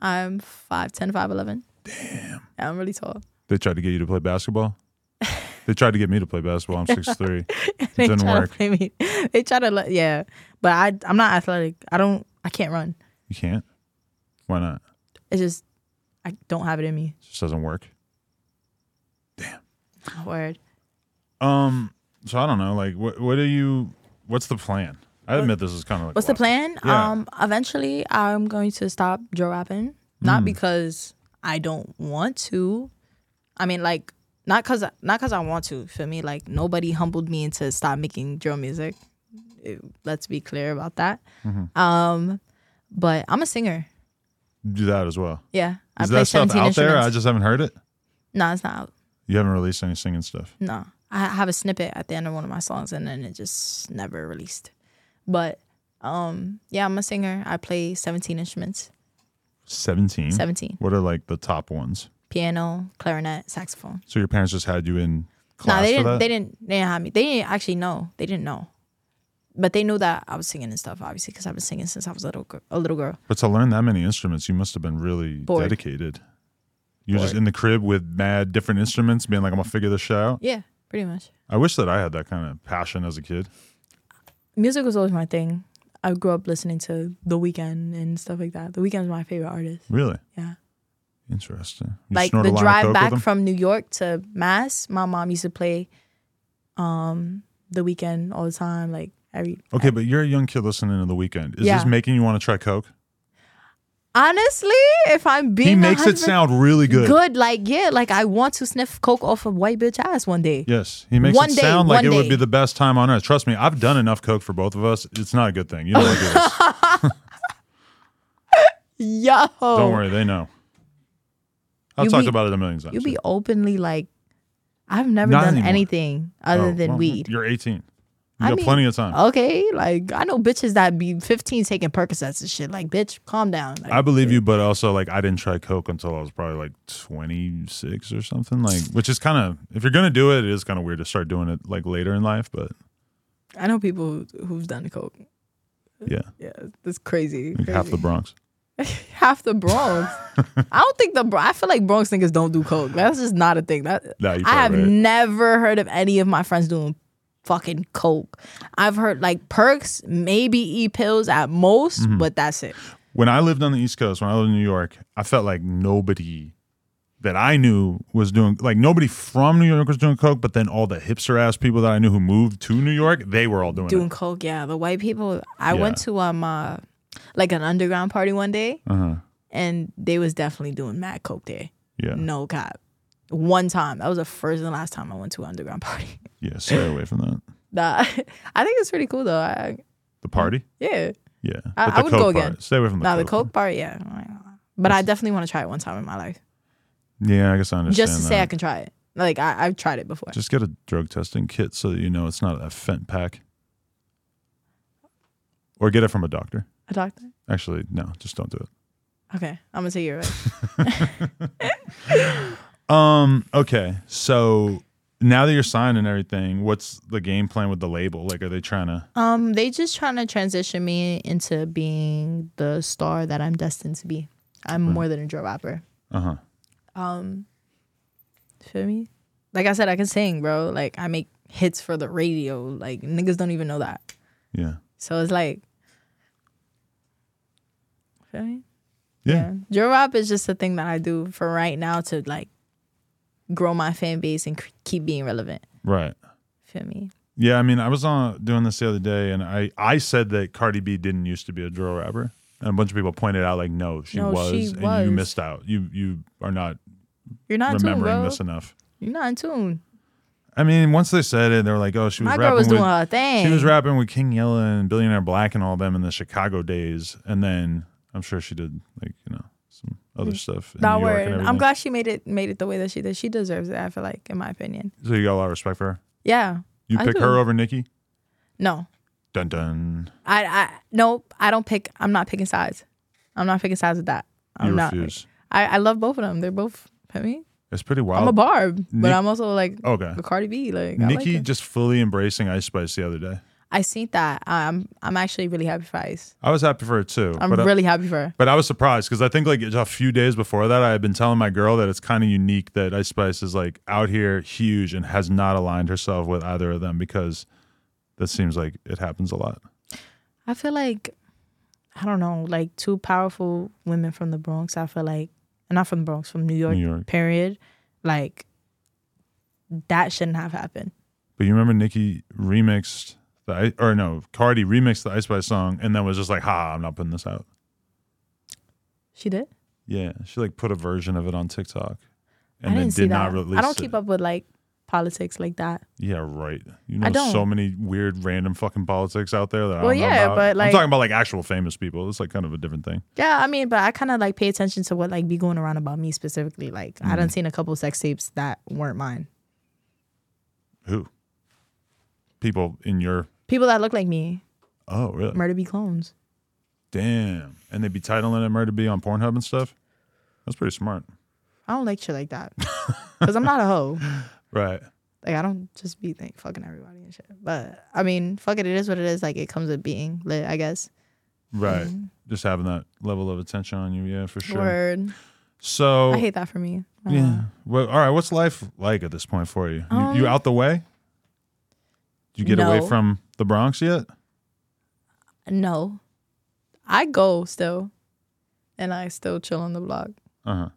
[SPEAKER 3] I'm five ten, five eleven. Damn, yeah, I'm really tall.
[SPEAKER 2] They tried to get you to play basketball. they tried to get me to play baskall. I'm six three. It
[SPEAKER 3] They
[SPEAKER 2] didn't
[SPEAKER 3] try
[SPEAKER 2] work.
[SPEAKER 3] To play me. They try to let yeah, but I I'm not athletic. I don't I can't run.
[SPEAKER 2] You can't. Why not?
[SPEAKER 3] It's just I don't have it in me.
[SPEAKER 2] It just doesn't work.
[SPEAKER 3] Word.
[SPEAKER 2] Um. So I don't know. Like, what what are you? What's the plan? I admit this is kind of like.
[SPEAKER 3] What's the
[SPEAKER 2] wild.
[SPEAKER 3] plan?
[SPEAKER 2] Yeah.
[SPEAKER 3] Um, eventually I'm going to stop drill rapping.
[SPEAKER 2] Hmm.
[SPEAKER 3] Not because I don't want to. I mean, like, not cause not cause I want to. For me, like nobody humbled me into stop making drill music. It- let's be clear about that.
[SPEAKER 2] Mm-hmm.
[SPEAKER 3] Um, but I'm a singer.
[SPEAKER 2] Do that as well.
[SPEAKER 3] Yeah, I
[SPEAKER 2] Is
[SPEAKER 3] play
[SPEAKER 2] that stuff
[SPEAKER 3] 17
[SPEAKER 2] out there? I
[SPEAKER 3] instruments.
[SPEAKER 2] just haven't heard it.
[SPEAKER 3] no, it's not out.
[SPEAKER 2] You haven't released any singing stuff.
[SPEAKER 3] No, I have a snippet at the end of one of my songs, and then it just never released. But um, yeah, I'm a singer. I play 17 instruments.
[SPEAKER 2] 17?
[SPEAKER 3] 17.
[SPEAKER 2] What are like the top ones?
[SPEAKER 3] piano, clarinet, saxophone.
[SPEAKER 2] So your parents just had you in class
[SPEAKER 3] nah, they
[SPEAKER 2] for
[SPEAKER 3] didn't.
[SPEAKER 2] that?
[SPEAKER 3] They didn't. They didn't have me. They didn't actually know. They didn't know, but they knew that I was singing and stuff. Obviously, because I've been singing since I was a little girl, a little girl.
[SPEAKER 2] But to learn that many instruments, you must have been really
[SPEAKER 3] Bored.
[SPEAKER 2] dedicated. You're just in the crib with mad different instruments, being like, "I'm gonna figure this shit out."
[SPEAKER 3] Yeah, pretty much.
[SPEAKER 2] I wish that I had that kind of passion as a kid.
[SPEAKER 3] Music was always my thing. I grew up listening to The Weeknd and stuff like that. The Weeknd's my favorite artist.
[SPEAKER 2] Really
[SPEAKER 3] Yeah,
[SPEAKER 2] interesting. You
[SPEAKER 3] like
[SPEAKER 2] snort a
[SPEAKER 3] the
[SPEAKER 2] line of coke
[SPEAKER 3] drive
[SPEAKER 2] with
[SPEAKER 3] back
[SPEAKER 2] him?
[SPEAKER 3] from New York to Mass. My mom used to play, um, The Weeknd all the time. Like every
[SPEAKER 2] Okay, but you're a young kid listening to the weekend. Is
[SPEAKER 3] Yeah.
[SPEAKER 2] this making you want to try coke?
[SPEAKER 3] honestly, if I'm being
[SPEAKER 2] he makes it
[SPEAKER 3] 100%
[SPEAKER 2] sound really good.
[SPEAKER 3] Like, yeah, like I want to sniff coke off a white bitch ass one day.
[SPEAKER 2] Yes, he makes
[SPEAKER 3] One
[SPEAKER 2] it
[SPEAKER 3] day,
[SPEAKER 2] sound like
[SPEAKER 3] one
[SPEAKER 2] it would
[SPEAKER 3] day.
[SPEAKER 2] be the best time on earth. Trust me, I've done enough coke for both of us. It's not a good thing. You know what it is.
[SPEAKER 3] Yo.
[SPEAKER 2] Don't worry, they know. I've
[SPEAKER 3] You
[SPEAKER 2] talked
[SPEAKER 3] Oh. be-
[SPEAKER 2] about it a million times.
[SPEAKER 3] You be openly like, I've never
[SPEAKER 2] Not
[SPEAKER 3] done
[SPEAKER 2] anymore.
[SPEAKER 3] anything other
[SPEAKER 2] Oh,
[SPEAKER 3] than
[SPEAKER 2] well,
[SPEAKER 3] weed.
[SPEAKER 2] You're 18. You
[SPEAKER 3] I
[SPEAKER 2] got
[SPEAKER 3] mean,
[SPEAKER 2] plenty of time.
[SPEAKER 3] Okay, like I know bitches that be 15 taking Percocets and shit. Like, bitch, calm down. Like,
[SPEAKER 2] I believe you, but also like I didn't try coke until I was probably like 26 or something. Like, which is kind of if you're gonna do it, it is kind of weird to start doing it like later in life. But
[SPEAKER 3] I know people who, who've done coke.
[SPEAKER 2] yeah,
[SPEAKER 3] Yeah, that's crazy.
[SPEAKER 2] like half the
[SPEAKER 3] crazy.
[SPEAKER 2] Bronx.
[SPEAKER 3] half the Bronx. I don't think the Bro- I feel like Bronx niggas don't do coke. That's just not a thing. That
[SPEAKER 2] No, you're
[SPEAKER 3] I have
[SPEAKER 2] probably right.
[SPEAKER 3] never heard of any of my friends doing fucking coke. I've heard like perks, maybe e pills at most,
[SPEAKER 2] Mm-hmm.
[SPEAKER 3] but that's it.
[SPEAKER 2] When I lived on the East Coast, when I lived in New York, I felt like nobody that I knew was doing like nobody from New York was doing coke. But then all the hipster ass people that I knew who moved to New York, they were all doing,
[SPEAKER 3] Doing
[SPEAKER 2] it.
[SPEAKER 3] coke, yeah. The white people. I
[SPEAKER 2] Yeah.
[SPEAKER 3] went to um uh, like an underground party one day,
[SPEAKER 2] Uh-huh.
[SPEAKER 3] and they was definitely doing mad coke there.
[SPEAKER 2] Yeah,
[SPEAKER 3] No cop. One time. That was the first and last time I went to an underground party.
[SPEAKER 2] yeah. Stay away from that.
[SPEAKER 3] nah, I think it's pretty cool though. I,
[SPEAKER 2] The party.
[SPEAKER 3] yeah.
[SPEAKER 2] Yeah,
[SPEAKER 3] I-
[SPEAKER 2] But
[SPEAKER 3] I
[SPEAKER 2] the
[SPEAKER 3] would
[SPEAKER 2] coke
[SPEAKER 3] go again.
[SPEAKER 2] part. Stay away from the
[SPEAKER 3] Nah,
[SPEAKER 2] coke.
[SPEAKER 3] the coke bar, yeah. I'm like, uh, But I definitely want to try it one time in my life,
[SPEAKER 2] Yeah, I guess I understand.
[SPEAKER 3] just to say
[SPEAKER 2] that.
[SPEAKER 3] I can try it. Like I, I've tried it before.
[SPEAKER 2] Just get a drug testing kit so that you know it's not a fent pack. Or get it from a doctor.
[SPEAKER 3] A doctor?
[SPEAKER 2] Actually, no, just don't do it.
[SPEAKER 3] Okay, I'm gonna take your advice.
[SPEAKER 2] Um, okay. So now that you're signed and everything, what's the game plan with the label? Like are they trying to
[SPEAKER 3] um, they just trying to transition me into being the star that I'm destined to be. I'm
[SPEAKER 2] Hmm.
[SPEAKER 3] more than a drill rapper.
[SPEAKER 2] uh-huh.
[SPEAKER 3] Um, feel me? Like I said, I can sing, bro. Like I make hits for the radio. Like niggas don't even know that.
[SPEAKER 2] Yeah.
[SPEAKER 3] So it's like, feel me?
[SPEAKER 2] Yeah.
[SPEAKER 3] Yeah. Drill rap is just a thing that I do for right now to like grow my fan base and c- keep being relevant.
[SPEAKER 2] Right.
[SPEAKER 3] Feel me?
[SPEAKER 2] Yeah, I mean, I was on doing this the other day and I I said that Cardi B didn't used to be a drill rapper. And a bunch of people pointed out like no, she
[SPEAKER 3] No,
[SPEAKER 2] was
[SPEAKER 3] she
[SPEAKER 2] and
[SPEAKER 3] was.
[SPEAKER 2] you missed out. You you are not
[SPEAKER 3] You're not in tune,
[SPEAKER 2] remembering
[SPEAKER 3] bro.
[SPEAKER 2] this enough.
[SPEAKER 3] You're not in tune.
[SPEAKER 2] I mean, once they said it, they were like, "Oh, she was
[SPEAKER 3] My
[SPEAKER 2] rapping
[SPEAKER 3] girl was doing
[SPEAKER 2] with
[SPEAKER 3] her thing.
[SPEAKER 2] She was rapping with King Yella and Billionaire Black and all them in the Chicago days, and then I'm sure she did like you know some other stuff. In
[SPEAKER 3] Not
[SPEAKER 2] New York
[SPEAKER 3] worried.
[SPEAKER 2] And everything.
[SPEAKER 3] I'm glad she made it made it the way that she did. She deserves it. I feel like, in my opinion.
[SPEAKER 2] So you got a lot of respect for her.
[SPEAKER 3] Yeah.
[SPEAKER 2] You
[SPEAKER 3] I
[SPEAKER 2] pick
[SPEAKER 3] do.
[SPEAKER 2] her over Nikki.
[SPEAKER 3] No.
[SPEAKER 2] Dun dun.
[SPEAKER 3] I I no. I don't pick. I'm not picking sides. I'm not picking sides with that. I'm
[SPEAKER 2] You
[SPEAKER 3] not.
[SPEAKER 2] refuse.
[SPEAKER 3] I I love both of them. They're both. I mean,
[SPEAKER 2] It's pretty wild.
[SPEAKER 3] I'm a barb, but
[SPEAKER 2] Nik-
[SPEAKER 3] I'm also like
[SPEAKER 2] Okay.
[SPEAKER 3] a Cardi B. Like I like
[SPEAKER 2] Nikki
[SPEAKER 3] her.
[SPEAKER 2] just fully embracing Ice Spice the other day.
[SPEAKER 3] I seen that. I'm I'm actually really happy for Ice.
[SPEAKER 2] I was happy for her too.
[SPEAKER 3] I'm
[SPEAKER 2] but I-
[SPEAKER 3] really happy for her.
[SPEAKER 2] But I was surprised because I think like a few days before that, I had been telling my girl that it's kind of unique that Ice Spice is like out here huge and has not aligned herself with either of them because that seems like it happens a lot.
[SPEAKER 3] I feel like I don't know, like two powerful women from the Bronx. I feel like not from the Bronx, from New York.
[SPEAKER 2] New York.
[SPEAKER 3] Period. Like that shouldn't have happened.
[SPEAKER 2] But you remember Nicki remixed the I- or no Cardi remixed the Ice Spice song and then was just like, "Ha, I'm not putting this out."
[SPEAKER 3] She did.
[SPEAKER 2] Yeah, she like put a version of it on TikTok
[SPEAKER 3] I
[SPEAKER 2] and
[SPEAKER 3] didn't
[SPEAKER 2] then
[SPEAKER 3] see
[SPEAKER 2] did not
[SPEAKER 3] that.
[SPEAKER 2] release.
[SPEAKER 3] I don't
[SPEAKER 2] it.
[SPEAKER 3] keep up with like politics like that.
[SPEAKER 2] Yeah, right. You
[SPEAKER 3] I
[SPEAKER 2] know
[SPEAKER 3] don't.
[SPEAKER 2] so many weird, random fucking politics out there that I
[SPEAKER 3] Well,
[SPEAKER 2] don't know
[SPEAKER 3] yeah,
[SPEAKER 2] about.
[SPEAKER 3] but,
[SPEAKER 2] I'm
[SPEAKER 3] like-
[SPEAKER 2] talking about like actual famous people. It's like kind of a different thing.
[SPEAKER 3] Yeah, I mean, but I kind of like pay attention to what like be going around about me specifically. Like I
[SPEAKER 2] Mm.
[SPEAKER 3] done seen a couple sex tapes that weren't mine.
[SPEAKER 2] Who? People in your
[SPEAKER 3] People that look like me,
[SPEAKER 2] oh really?
[SPEAKER 3] murder be clones.
[SPEAKER 2] Damn. And they'd be titling it murder B on Pornhub and stuff. That's pretty smart.
[SPEAKER 3] I don't like shit like that because I'm not a hoe.
[SPEAKER 2] Right.
[SPEAKER 3] Like I don't just be like fucking everybody and shit. But I mean, fuck it, it is what it is. Like it comes with being lit, I guess.
[SPEAKER 2] Right. Just having that level of attention on you, yeah, for sure.
[SPEAKER 3] Mm-hmm. Word.
[SPEAKER 2] So
[SPEAKER 3] I hate that for me. Uh,
[SPEAKER 2] Yeah. Well, all right, what's life like at this point for you? You, you out the way? Did you get
[SPEAKER 3] Um, no.
[SPEAKER 2] away from the Bronx yet?
[SPEAKER 3] No. I go still. And I still chill on the block.
[SPEAKER 2] Uh-huh.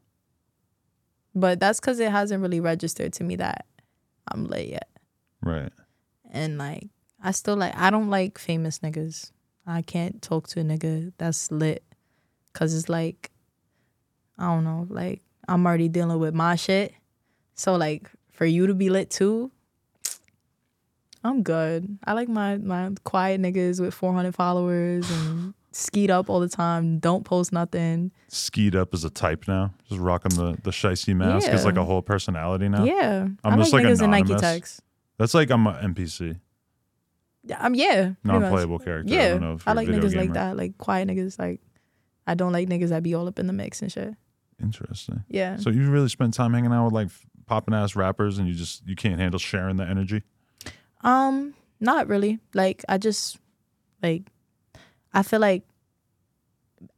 [SPEAKER 3] But that's because it hasn't really registered to me that I'm lit yet.
[SPEAKER 2] Right.
[SPEAKER 3] And like I still like I don't like famous niggas. I can't talk to a nigga that's lit. Cause it's like I don't know, like I'm already dealing with my shit. So like for you to be lit too, I'm good. I like my my quiet niggas with 400 followers and skeet up all the time. Don't post nothing.
[SPEAKER 2] Skied up as a type now. Just rocking the the shicey mask is
[SPEAKER 3] Yeah.
[SPEAKER 2] like a whole personality now.
[SPEAKER 3] Yeah,
[SPEAKER 2] I'm
[SPEAKER 3] I
[SPEAKER 2] just, like,
[SPEAKER 3] niggas in Nike
[SPEAKER 2] anonymous.
[SPEAKER 3] text.
[SPEAKER 2] That's like I'm a NPC.
[SPEAKER 3] um, yeah. pretty much.
[SPEAKER 2] Non-playable character.
[SPEAKER 3] Yeah,
[SPEAKER 2] I, don't know if
[SPEAKER 3] I
[SPEAKER 2] you're a
[SPEAKER 3] like
[SPEAKER 2] video
[SPEAKER 3] niggas like
[SPEAKER 2] gamer.
[SPEAKER 3] that, like quiet niggas. Like, I don't like niggas that be all up in the mix and shit.
[SPEAKER 2] Interesting.
[SPEAKER 3] Yeah,
[SPEAKER 2] So you really spend time hanging out with like popping ass rappers, and you just you can't handle sharing the energy.
[SPEAKER 3] um, not really. Like, I just like, I feel like,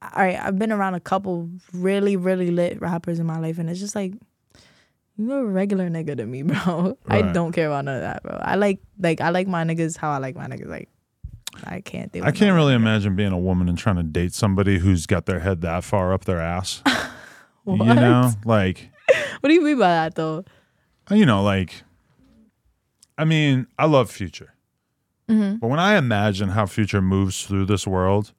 [SPEAKER 3] all right, I've been around a couple really, really lit rappers in my life, and it's just like. You're a regular nigga to me, bro. I
[SPEAKER 2] Right.
[SPEAKER 3] don't care about none of that, bro. I like like I like my niggas how I like my niggas. Like I can't do
[SPEAKER 2] I can't really imagine being a woman and trying to date somebody who's got their head that far up their ass. You know, like
[SPEAKER 3] What do you mean by that though?
[SPEAKER 2] Uh, you know, like, I mean, I love Future,
[SPEAKER 3] Mm-hmm.
[SPEAKER 2] but when I imagine how Future moves through this world,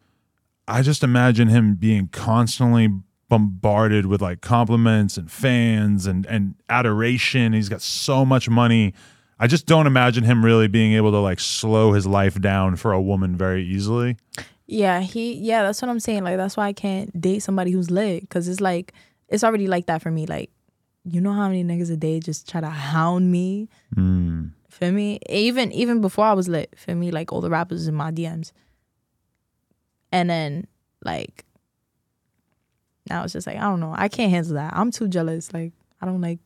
[SPEAKER 2] I just imagine him being constantly bombarded with like compliments and fans and and adoration. He's got so much money. I just don't imagine him really being able to like slow his life down for a woman very easily.
[SPEAKER 3] Yeah, he. Yeah, that's what I'm saying. Like, that's why I can't date somebody who's lit, because it's like it's already like that for me. Like, you know how many niggas a day just try to hound me.
[SPEAKER 2] Hmm.
[SPEAKER 3] For me, even even before I was lit, for me, like all the rappers in my DMs, and then like now it's just like I don't know. I can't handle that. I'm too jealous. Like I don't like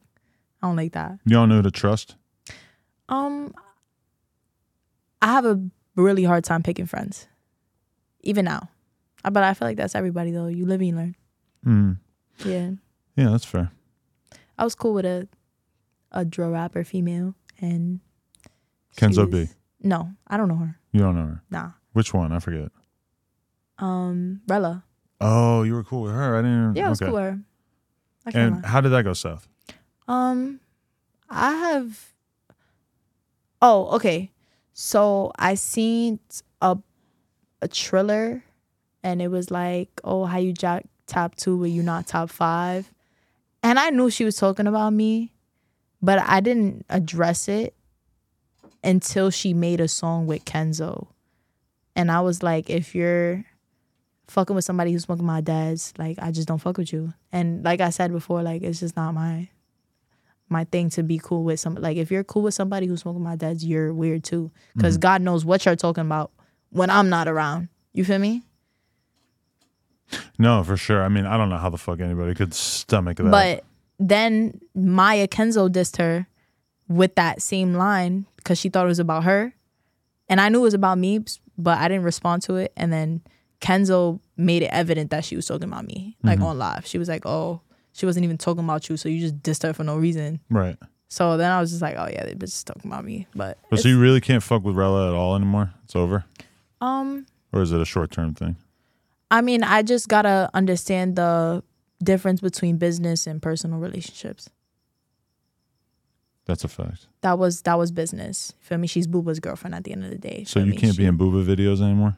[SPEAKER 3] I don't like that.
[SPEAKER 2] You don't know who to trust.
[SPEAKER 3] Um, I have a really hard time picking friends, even now. Uh, But I feel like that's everybody though. You live and you learn.
[SPEAKER 2] Mm.
[SPEAKER 3] Yeah,
[SPEAKER 2] Yeah, that's fair.
[SPEAKER 3] I was cool with a a drill rapper female and she
[SPEAKER 2] Kenzo
[SPEAKER 3] was-
[SPEAKER 2] B.
[SPEAKER 3] No, I don't know her.
[SPEAKER 2] You don't know her.
[SPEAKER 3] Nah.
[SPEAKER 2] Which one? I forget.
[SPEAKER 3] Um, Rella.
[SPEAKER 2] Oh, you were cool with her. I didn't. even-
[SPEAKER 3] Yeah, I was
[SPEAKER 2] okay.
[SPEAKER 3] cool with her. I can't
[SPEAKER 2] And
[SPEAKER 3] lie.
[SPEAKER 2] how did that go south?
[SPEAKER 3] Um, I have. Oh, okay. So I seen a a thriller, and it was like, oh, how you jack top two, were you not top five? And I knew she was talking about me, but I didn't address it until she made a song with Kenzo, and I was like, if you're fucking with somebody who's fucking my dad's, like I just don't fuck with you. And like I said before, like it's just not my my thing to be cool with some like if you're cool with somebody who's smoking my dad's you're weird too
[SPEAKER 2] Mm-hmm.
[SPEAKER 3] because god knows what you're talking about when i'm not around you feel me
[SPEAKER 2] No, for sure. I mean, I don't know how the fuck anybody could stomach that.
[SPEAKER 3] but then maya kenzo dissed her with that same line because she thought it was about her and i knew it was about me but i didn't respond to it and then kenzo made it evident that she was talking about me
[SPEAKER 2] Mm-hmm.
[SPEAKER 3] like on live she was like oh she wasn't even talking about you so you just dissed her for no reason
[SPEAKER 2] right.
[SPEAKER 3] so then i was just like oh yeah they bitch is talking about me but
[SPEAKER 2] But
[SPEAKER 3] it's-
[SPEAKER 2] so you really can't fuck with Rella at all anymore? It's over?
[SPEAKER 3] um
[SPEAKER 2] Or is it a short term thing?
[SPEAKER 3] I mean, I just gotta understand the difference between business and personal relationships.
[SPEAKER 2] That's a fact.
[SPEAKER 3] That was that was business. You Feel me? She's Booba's girlfriend at the end of the day.
[SPEAKER 2] So
[SPEAKER 3] Feel
[SPEAKER 2] you
[SPEAKER 3] me?
[SPEAKER 2] can't
[SPEAKER 3] She-
[SPEAKER 2] be in booba videos anymore?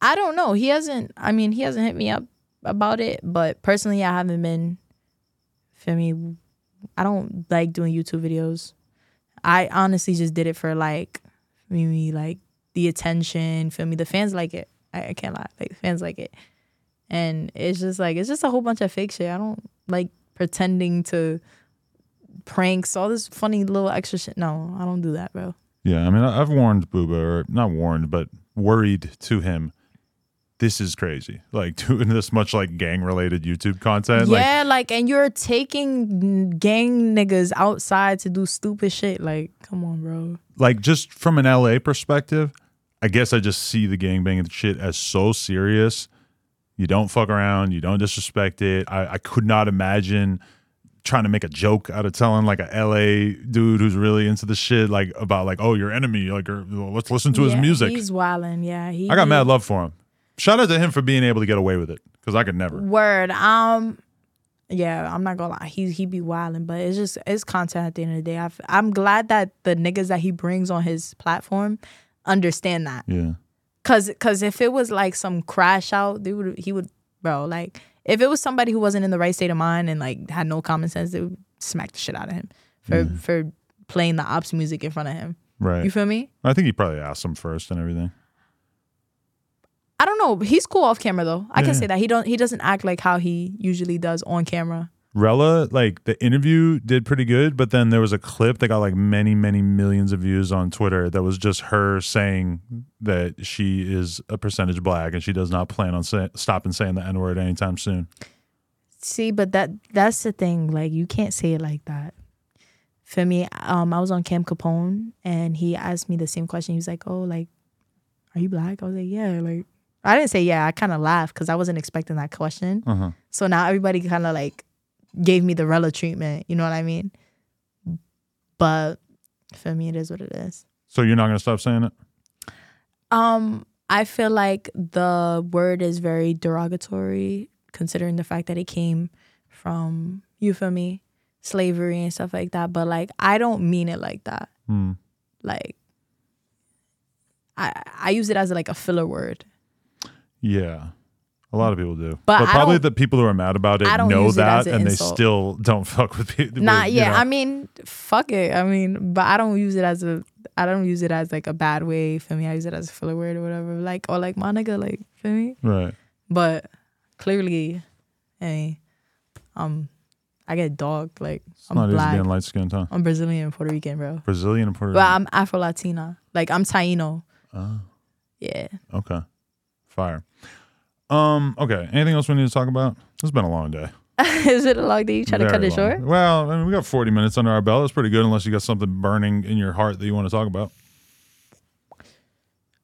[SPEAKER 3] I don't know. He hasn't. I mean, he hasn't hit me up about it. But personally, I haven't been. Feel me? I don't like doing YouTube videos. I honestly just did it for like, maybe like the attention. Feel me? The fans like it. I, I can't lie. Like the fans like it, and it's just like it's just a whole bunch of fake shit. I don't like pretending to pranks. All this funny little extra shit. No, I don't do that, bro.
[SPEAKER 2] Yeah. I mean, I- I've warned booba, or not warned, but worried to him. This is crazy. Like doing this much like gang related YouTube content. Like,
[SPEAKER 3] yeah, like, and you're taking gang niggas outside to do stupid shit. Like, come on, bro.
[SPEAKER 2] like just from an LA perspective, I guess I just see the gangbanging shit as so serious. You don't fuck around. You don't disrespect it. I, I could not imagine trying to make a joke out of telling like a LA dude who's really into the shit, like about like, oh, your enemy. Like, or, well, let's listen to
[SPEAKER 3] Yeah,
[SPEAKER 2] his music.
[SPEAKER 3] He's wildin'. Yeah, he.
[SPEAKER 2] I got mad love for him. Shout out to him for being able to get away with it because I could never.
[SPEAKER 3] Word. Um. Yeah, I'm not gonna lie. He he be wildin', but it's just it's content at the end of the day. I f- I'm glad that the niggas that he brings on his platform understand that.
[SPEAKER 2] Yeah.
[SPEAKER 3] Cause, cause if it was like some crash out, they would he would bro like if it was somebody who wasn't in the right state of mind and like had no common sense, they would smack the shit out of him for for playing the ops music in front of him. You
[SPEAKER 2] Mm. Right.
[SPEAKER 3] feel me?
[SPEAKER 2] I think he probably asked him first and everything.
[SPEAKER 3] I don't know. He's cool off camera though. I
[SPEAKER 2] Yeah,
[SPEAKER 3] can
[SPEAKER 2] yeah.
[SPEAKER 3] say that he don't he doesn't act like how he usually does on camera.
[SPEAKER 2] Rella, like the interview did pretty good, but then there was a clip that got like many, many millions of views on Twitter that was just her saying that she is a percentage black and she does not plan on say, stopping saying the N word anytime soon.
[SPEAKER 3] See, but that that's the thing. Like you can't say it like that. For me, um, I was on Cam Capone and he asked me the same question. He was like, "Oh, like, are you black?" I was like, "Yeah." Like, I didn't say yeah. I kind of laughed because I wasn't expecting that question.
[SPEAKER 2] Uh-huh.
[SPEAKER 3] So now everybody kind of like gave me the Rella treatment. You know what I mean? But for me, it is what it is.
[SPEAKER 2] So you're not going to stop saying it?
[SPEAKER 3] Um, I feel like the word is very derogatory, considering the fact that it came from you feel me, slavery and stuff like that. But like, I don't mean it like that.
[SPEAKER 2] Hmm.
[SPEAKER 3] Like, I I use it as like a filler word.
[SPEAKER 2] Yeah. A lot of people do.
[SPEAKER 3] But I
[SPEAKER 2] probably
[SPEAKER 3] don't-
[SPEAKER 2] the people who are mad about
[SPEAKER 3] I
[SPEAKER 2] it
[SPEAKER 3] don't
[SPEAKER 2] know
[SPEAKER 3] use it
[SPEAKER 2] that
[SPEAKER 3] as an
[SPEAKER 2] and they
[SPEAKER 3] insult.
[SPEAKER 2] still don't fuck with people.
[SPEAKER 3] Not
[SPEAKER 2] with,
[SPEAKER 3] yeah.
[SPEAKER 2] You know.
[SPEAKER 3] I mean, fuck it. I mean, but I don't use it as a. I don't use it as like a bad way for me. I use it as a filler word or whatever. Like or like my nigga, like for me.
[SPEAKER 2] Right.
[SPEAKER 3] But clearly, I mean, um, I get dogged. Like
[SPEAKER 2] It's
[SPEAKER 3] I'm
[SPEAKER 2] not
[SPEAKER 3] black,
[SPEAKER 2] easy being light skinned, huh?
[SPEAKER 3] I'm Brazilian and Puerto Rican, bro.
[SPEAKER 2] Brazilian and Puerto
[SPEAKER 3] But
[SPEAKER 2] Rican.
[SPEAKER 3] I'm Afro Latina. Like I'm Taino.
[SPEAKER 2] Oh.
[SPEAKER 3] Yeah.
[SPEAKER 2] Okay. Fire. Um, okay. Anything else we need to talk about? It's been a long day.
[SPEAKER 3] Is it a long day? You try to cut
[SPEAKER 2] Very
[SPEAKER 3] it
[SPEAKER 2] long.
[SPEAKER 3] short?
[SPEAKER 2] Well, I mean, we got 40 minutes under our belt. That's pretty good unless you got something burning in your heart that you want to talk about.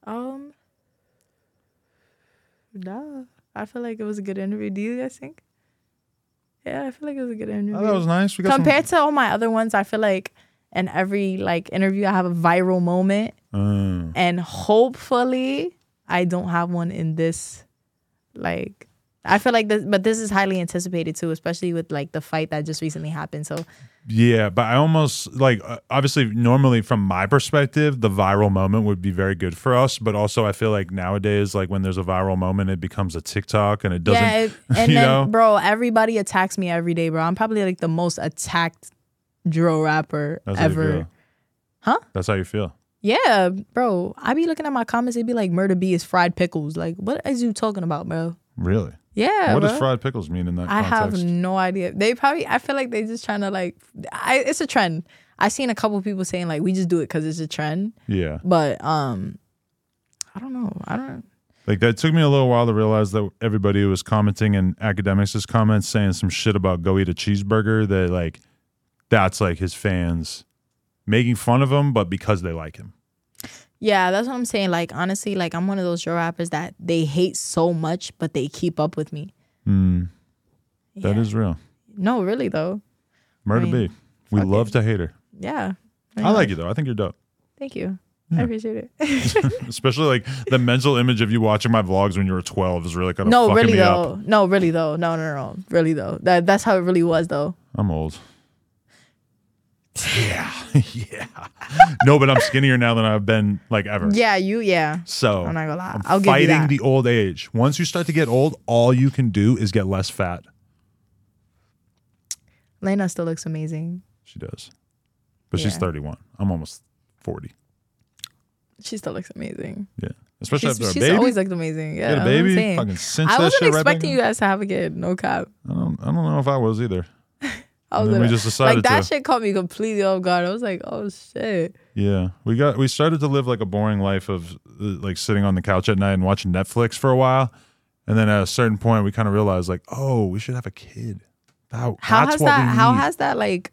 [SPEAKER 3] Um. Nah, I feel like it was a good interview. Do you guys think? Yeah, I feel like it was a good interview.
[SPEAKER 2] Oh, that was nice. We got some-
[SPEAKER 3] Compared to all my other ones, I feel like in every like interview, I have a viral moment.
[SPEAKER 2] Mm.
[SPEAKER 3] and hopefully I don't have one in this like I feel like this but this is highly anticipated too especially with like the fight that just recently happened so
[SPEAKER 2] Yeah, but I almost like uh, obviously normally from my perspective, the viral moment would be very good for us, but also I feel like nowadays like when there's a viral moment it becomes a TikTok and it doesn't
[SPEAKER 3] yeah it- and
[SPEAKER 2] you
[SPEAKER 3] then
[SPEAKER 2] know?
[SPEAKER 3] bro everybody attacks me every day bro I'm probably like the most attacked drill rapper
[SPEAKER 2] That's how you
[SPEAKER 3] ever
[SPEAKER 2] feel.
[SPEAKER 3] Huh?
[SPEAKER 2] That's how you feel.
[SPEAKER 3] yeah bro I be looking at my comments it'd be like murder B is fried pickles like what is you talking about bro
[SPEAKER 2] Really?
[SPEAKER 3] yeah
[SPEAKER 2] what
[SPEAKER 3] bro.
[SPEAKER 2] does fried pickles mean in that
[SPEAKER 3] I
[SPEAKER 2] context?
[SPEAKER 3] have no idea. They probably. I feel like they just trying to like. I, it's a trend. I seen a couple people saying like we just do it because it's a trend,
[SPEAKER 2] yeah.
[SPEAKER 3] but um, I don't know. I don't.
[SPEAKER 2] Like that took me a little while to realize that everybody who was commenting in academics' comments saying some shit about go eat a cheeseburger that like that's like his fans making fun of him, but because they like him.
[SPEAKER 3] Yeah, that's what I'm saying. Like honestly, like I'm one of those drill rappers that they hate so much, but they keep up with me.
[SPEAKER 2] Mm, That
[SPEAKER 3] Yeah.
[SPEAKER 2] is real.
[SPEAKER 3] no, really though.
[SPEAKER 2] Murder B.
[SPEAKER 3] I mean,
[SPEAKER 2] We
[SPEAKER 3] fuck
[SPEAKER 2] love
[SPEAKER 3] it.
[SPEAKER 2] to hate her.
[SPEAKER 3] Yeah,
[SPEAKER 2] I like you though. I think you're dope.
[SPEAKER 3] Thank you.
[SPEAKER 2] Yeah.
[SPEAKER 3] I appreciate it.
[SPEAKER 2] Especially like the mental image of you watching my vlogs when you were 12 is really kind of
[SPEAKER 3] no,
[SPEAKER 2] fucking
[SPEAKER 3] really
[SPEAKER 2] me up.
[SPEAKER 3] though. No, really though. No, no, no. Really though. That that's how it really was though.
[SPEAKER 2] I'm old. Yeah. yeah. No, but I'm skinnier now than I've been like ever.
[SPEAKER 3] Yeah, you. Yeah.
[SPEAKER 2] So
[SPEAKER 3] I'm not gonna lie.
[SPEAKER 2] I'm
[SPEAKER 3] I'll give you
[SPEAKER 2] fighting
[SPEAKER 3] that.
[SPEAKER 2] the old age. Once you start to get old, all you can do is get less fat.
[SPEAKER 3] Lena still looks amazing.
[SPEAKER 2] She does, but she's
[SPEAKER 3] Yeah.
[SPEAKER 2] 31. I'm almost 40.
[SPEAKER 3] She still looks amazing.
[SPEAKER 2] Yeah, especially
[SPEAKER 3] She's,
[SPEAKER 2] after a
[SPEAKER 3] she's
[SPEAKER 2] baby.
[SPEAKER 3] always looked amazing.
[SPEAKER 2] Get a
[SPEAKER 3] Yeah, that's what I'm
[SPEAKER 2] baby,
[SPEAKER 3] saying.
[SPEAKER 2] fucking cinch
[SPEAKER 3] I
[SPEAKER 2] that
[SPEAKER 3] wasn't
[SPEAKER 2] shit right back
[SPEAKER 3] expecting
[SPEAKER 2] in.
[SPEAKER 3] you guys to have a kid. No cap.
[SPEAKER 2] I don't. I don't know if I was either.
[SPEAKER 3] I was
[SPEAKER 2] then we
[SPEAKER 3] like-
[SPEAKER 2] just decided
[SPEAKER 3] like that
[SPEAKER 2] to.
[SPEAKER 3] shit caught me completely off guard. I was like, oh shit.
[SPEAKER 2] Yeah, we got we started to live like a boring life of uh, like sitting on the couch at night and watching Netflix for a while, and then at a certain point we kind of realized like, oh, we should have a kid. That,
[SPEAKER 3] How
[SPEAKER 2] that's
[SPEAKER 3] has
[SPEAKER 2] what
[SPEAKER 3] that?
[SPEAKER 2] we
[SPEAKER 3] How
[SPEAKER 2] need.
[SPEAKER 3] has that like,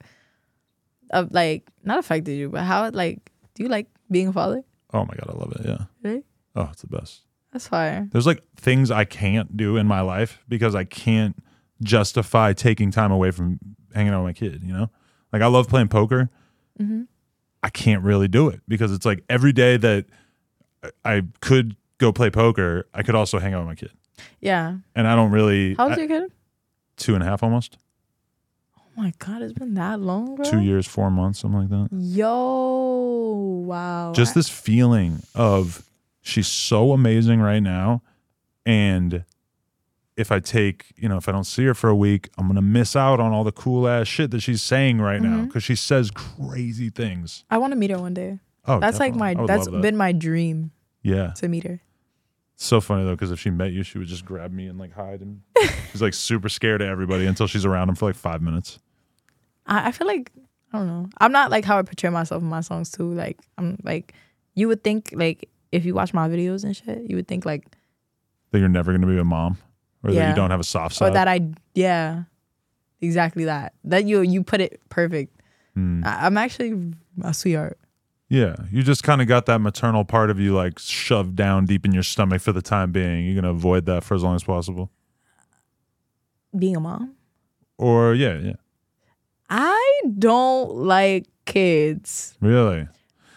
[SPEAKER 3] uh, like not affected you? But how like do you like being a father?
[SPEAKER 2] Oh my god, I love it. Yeah.
[SPEAKER 3] Really?
[SPEAKER 2] Oh, it's the best.
[SPEAKER 3] That's fire.
[SPEAKER 2] There's like things I can't do in my life because I can't justify taking time away from hanging out with my kid, you know? Like I love playing poker. I can't really do it because it's like every day that I- I could go play poker, I could also hang out with my kid.
[SPEAKER 3] Yeah.
[SPEAKER 2] And I don't really
[SPEAKER 3] How old's
[SPEAKER 2] I-
[SPEAKER 3] your kid?
[SPEAKER 2] two and a half almost.
[SPEAKER 3] Oh my god, it's been that long, bro.
[SPEAKER 2] Two years, four months, something like that.
[SPEAKER 3] Yo, wow.
[SPEAKER 2] just this feeling of she's so amazing right now and if i take you know if i don't see her for a week i'm gonna miss out on all the cool ass shit that she's saying right
[SPEAKER 3] Mm-hmm.
[SPEAKER 2] now because she says crazy things
[SPEAKER 3] I want to meet her one day.
[SPEAKER 2] oh
[SPEAKER 3] That's like
[SPEAKER 2] definitely. I
[SPEAKER 3] my
[SPEAKER 2] would
[SPEAKER 3] that's
[SPEAKER 2] love that.
[SPEAKER 3] been my dream
[SPEAKER 2] yeah
[SPEAKER 3] to meet her.
[SPEAKER 2] So funny though, because if she met you, she would just grab me and like hide, and she's like super scared of everybody until she's around him for like five minutes.
[SPEAKER 3] I, I feel like I don't know. I'm not like how I portray myself in my songs too. Like I'm like you would think like if you watch my videos and shit, you would think like
[SPEAKER 2] That you're never gonna be a mom, or that
[SPEAKER 3] Yeah.
[SPEAKER 2] you don't have a soft
[SPEAKER 3] or
[SPEAKER 2] side.
[SPEAKER 3] that I yeah, exactly that. That you you put it perfect.
[SPEAKER 2] Hmm.
[SPEAKER 3] I, I'm actually a sweetheart.
[SPEAKER 2] yeah, you just kind of got that maternal part of you like shoved down deep in your stomach for the time being. You're gonna avoid that for as long as possible.
[SPEAKER 3] Being a mom,
[SPEAKER 2] Or yeah, yeah,
[SPEAKER 3] I don't like kids.
[SPEAKER 2] really.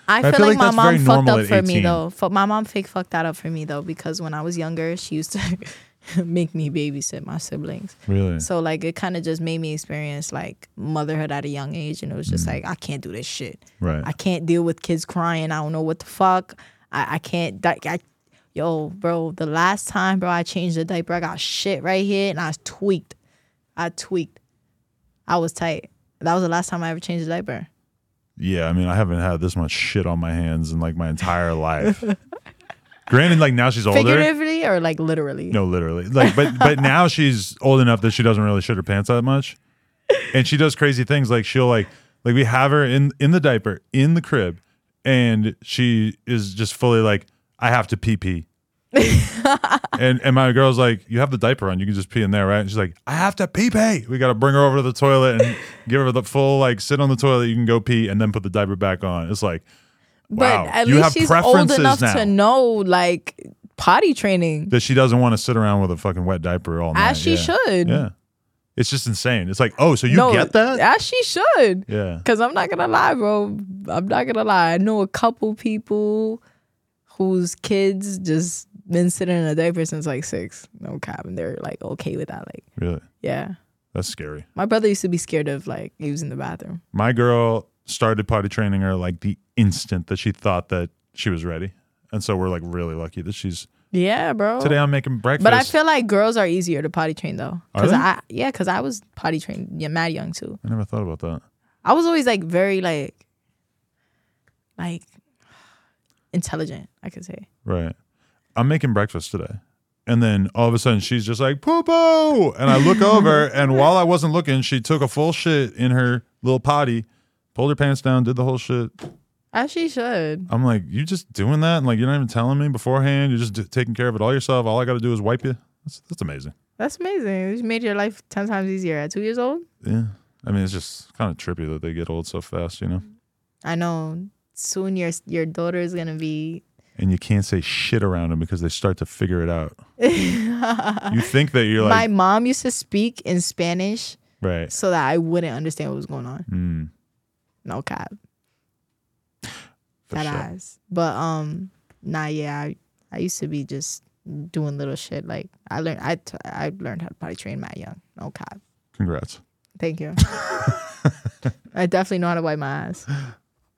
[SPEAKER 3] I feel,
[SPEAKER 2] feel like
[SPEAKER 3] like, my
[SPEAKER 2] that's very
[SPEAKER 3] mom fucked
[SPEAKER 2] normal
[SPEAKER 3] up
[SPEAKER 2] at
[SPEAKER 3] for
[SPEAKER 2] 18.
[SPEAKER 3] me though. Fu- my mom fake fucked that up for me though because when I was younger, she used to make me babysit my siblings.
[SPEAKER 2] Really?
[SPEAKER 3] So like it kind of just made me experience like motherhood at a young age, and it was
[SPEAKER 2] Mm.
[SPEAKER 3] just like I can't do this shit.
[SPEAKER 2] right.
[SPEAKER 3] I can't deal with kids crying. I don't know what the fuck. I I can't. Di- I, yo, bro, the last time, bro, I changed the diaper, I got shit right here, and I was tweaked. I tweaked. I was tight. That was the last time I ever changed the diaper.
[SPEAKER 2] yeah, I mean, I haven't had this much shit on my hands in like my entire life. Granted, like now she's older.
[SPEAKER 3] Figuratively or like literally?
[SPEAKER 2] No, literally. Like, but but now she's old enough that she doesn't really shit her pants that much, and she does crazy things. Like she'll like like we have her in in the diaper in the crib, and she is just fully like, I have to pee pee. and and my girl's like, you have the diaper on, you can just pee in there, right? And she's like, I have to pee pee. We got to bring her over to the toilet and give her the full like sit on the toilet. You can go pee and then put the diaper back on. It's like, wow,
[SPEAKER 3] But at
[SPEAKER 2] you
[SPEAKER 3] least
[SPEAKER 2] have
[SPEAKER 3] she's old
[SPEAKER 2] preferences
[SPEAKER 3] enough
[SPEAKER 2] now
[SPEAKER 3] to know like potty training,
[SPEAKER 2] that she doesn't want to sit around with a fucking wet diaper all night.
[SPEAKER 3] as she
[SPEAKER 2] yeah.
[SPEAKER 3] should.
[SPEAKER 2] Yeah. It's just insane. It's like, oh, so you get that?
[SPEAKER 3] As she should.
[SPEAKER 2] yeah.
[SPEAKER 3] Cause I'm not gonna lie, bro. I'm not gonna lie. I know a couple people whose kids just been sitting in a diaper since like six. No cap, and they're like okay with that. Like,
[SPEAKER 2] Really?
[SPEAKER 3] yeah.
[SPEAKER 2] That's scary.
[SPEAKER 3] My brother used to be scared of like using the bathroom.
[SPEAKER 2] My girl started potty training her like the instant that she thought that she was ready. And so we're like really lucky that she's
[SPEAKER 3] Yeah, bro.
[SPEAKER 2] today I'm making breakfast.
[SPEAKER 3] Oh. but I feel like girls are easier to potty train though.
[SPEAKER 2] Are
[SPEAKER 3] Cause
[SPEAKER 2] they?
[SPEAKER 3] I yeah, cause I was potty trained yeah, mad young too.
[SPEAKER 2] I never thought about that.
[SPEAKER 3] I was always like very like like intelligent, I could say.
[SPEAKER 2] Right. I'm making breakfast today. And then all of a sudden she's just like, poo poo. And I look over, and while I wasn't looking, she took a full shit in her little potty, pulled her pants down, did the whole shit.
[SPEAKER 3] As she should.
[SPEAKER 2] I'm like, you just doing that? And like, you're not even telling me beforehand. You're just d- taking care of it all yourself. All I got to do is wipe you. That's, that's amazing.
[SPEAKER 3] That's amazing. You made your life ten times easier at two years old.
[SPEAKER 2] Yeah. I mean, it's just kind of trippy that they get old so fast, you know?
[SPEAKER 3] I know. Soon your your daughter is gonna be.
[SPEAKER 2] And you can't say shit around them because they start to figure it out. you think that you're
[SPEAKER 3] My
[SPEAKER 2] like,
[SPEAKER 3] mom used to speak in Spanish
[SPEAKER 2] right.
[SPEAKER 3] so that I wouldn't understand what was going on.
[SPEAKER 2] Mm,
[SPEAKER 3] No cap,
[SPEAKER 2] for
[SPEAKER 3] that
[SPEAKER 2] sure.
[SPEAKER 3] ass. But um, nah, yeah. I, I used to be just doing little shit. Like I learned, I t- I learned how to potty train my young. No cap.
[SPEAKER 2] Congrats.
[SPEAKER 3] Thank you. I definitely know how to wipe my ass.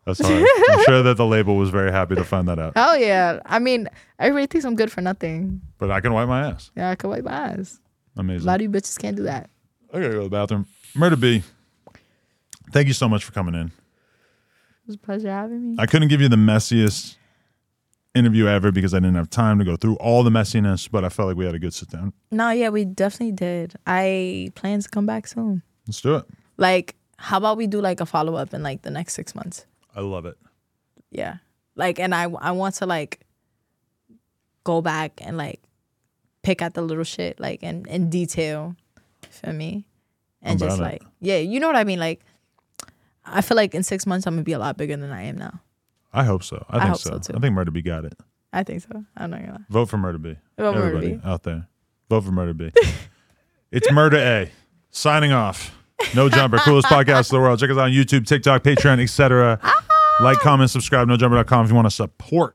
[SPEAKER 2] That's all right. I'm sure that the label was very happy to find that out.
[SPEAKER 3] Hell yeah. I mean, everybody thinks I'm good for nothing.
[SPEAKER 2] But I can wipe my ass.
[SPEAKER 3] Yeah, I can wipe my ass. A
[SPEAKER 2] Amazing.
[SPEAKER 3] lot of you bitches can't do that.
[SPEAKER 2] I got to go to the bathroom. Murder B, thank you so much for coming in.
[SPEAKER 3] It was a pleasure having me.
[SPEAKER 2] I couldn't give you the messiest interview ever because I didn't have time to go through all the messiness, but I felt like we had a good sit down.
[SPEAKER 3] No, yeah, we definitely did. I plan to come back soon.
[SPEAKER 2] Let's do it.
[SPEAKER 3] Like, how about we do like a follow up in like the next six months?
[SPEAKER 2] I love it.
[SPEAKER 3] Yeah. Like, and I I want to like go back and like pick out the little shit like in in detail for me, and
[SPEAKER 2] About
[SPEAKER 3] just
[SPEAKER 2] it.
[SPEAKER 3] like yeah, you know what I mean. Like, I feel like in six months I'm gonna be a lot bigger than I am now.
[SPEAKER 2] I hope so. I think
[SPEAKER 3] hope
[SPEAKER 2] so.
[SPEAKER 3] so, too.
[SPEAKER 2] I think Murder B got it.
[SPEAKER 3] I think so. I'm not gonna lie.
[SPEAKER 2] Vote for Murder B.
[SPEAKER 3] Vote for Murder
[SPEAKER 2] Everybody
[SPEAKER 3] B.
[SPEAKER 2] out there. Vote for Murder B. it's Murder A. Signing off. No jumper. Coolest podcast in the
[SPEAKER 3] Ah.
[SPEAKER 2] world. Check us out on YouTube, TikTok, Patreon, etc. like, comment, subscribe, nojumper.com if you want to support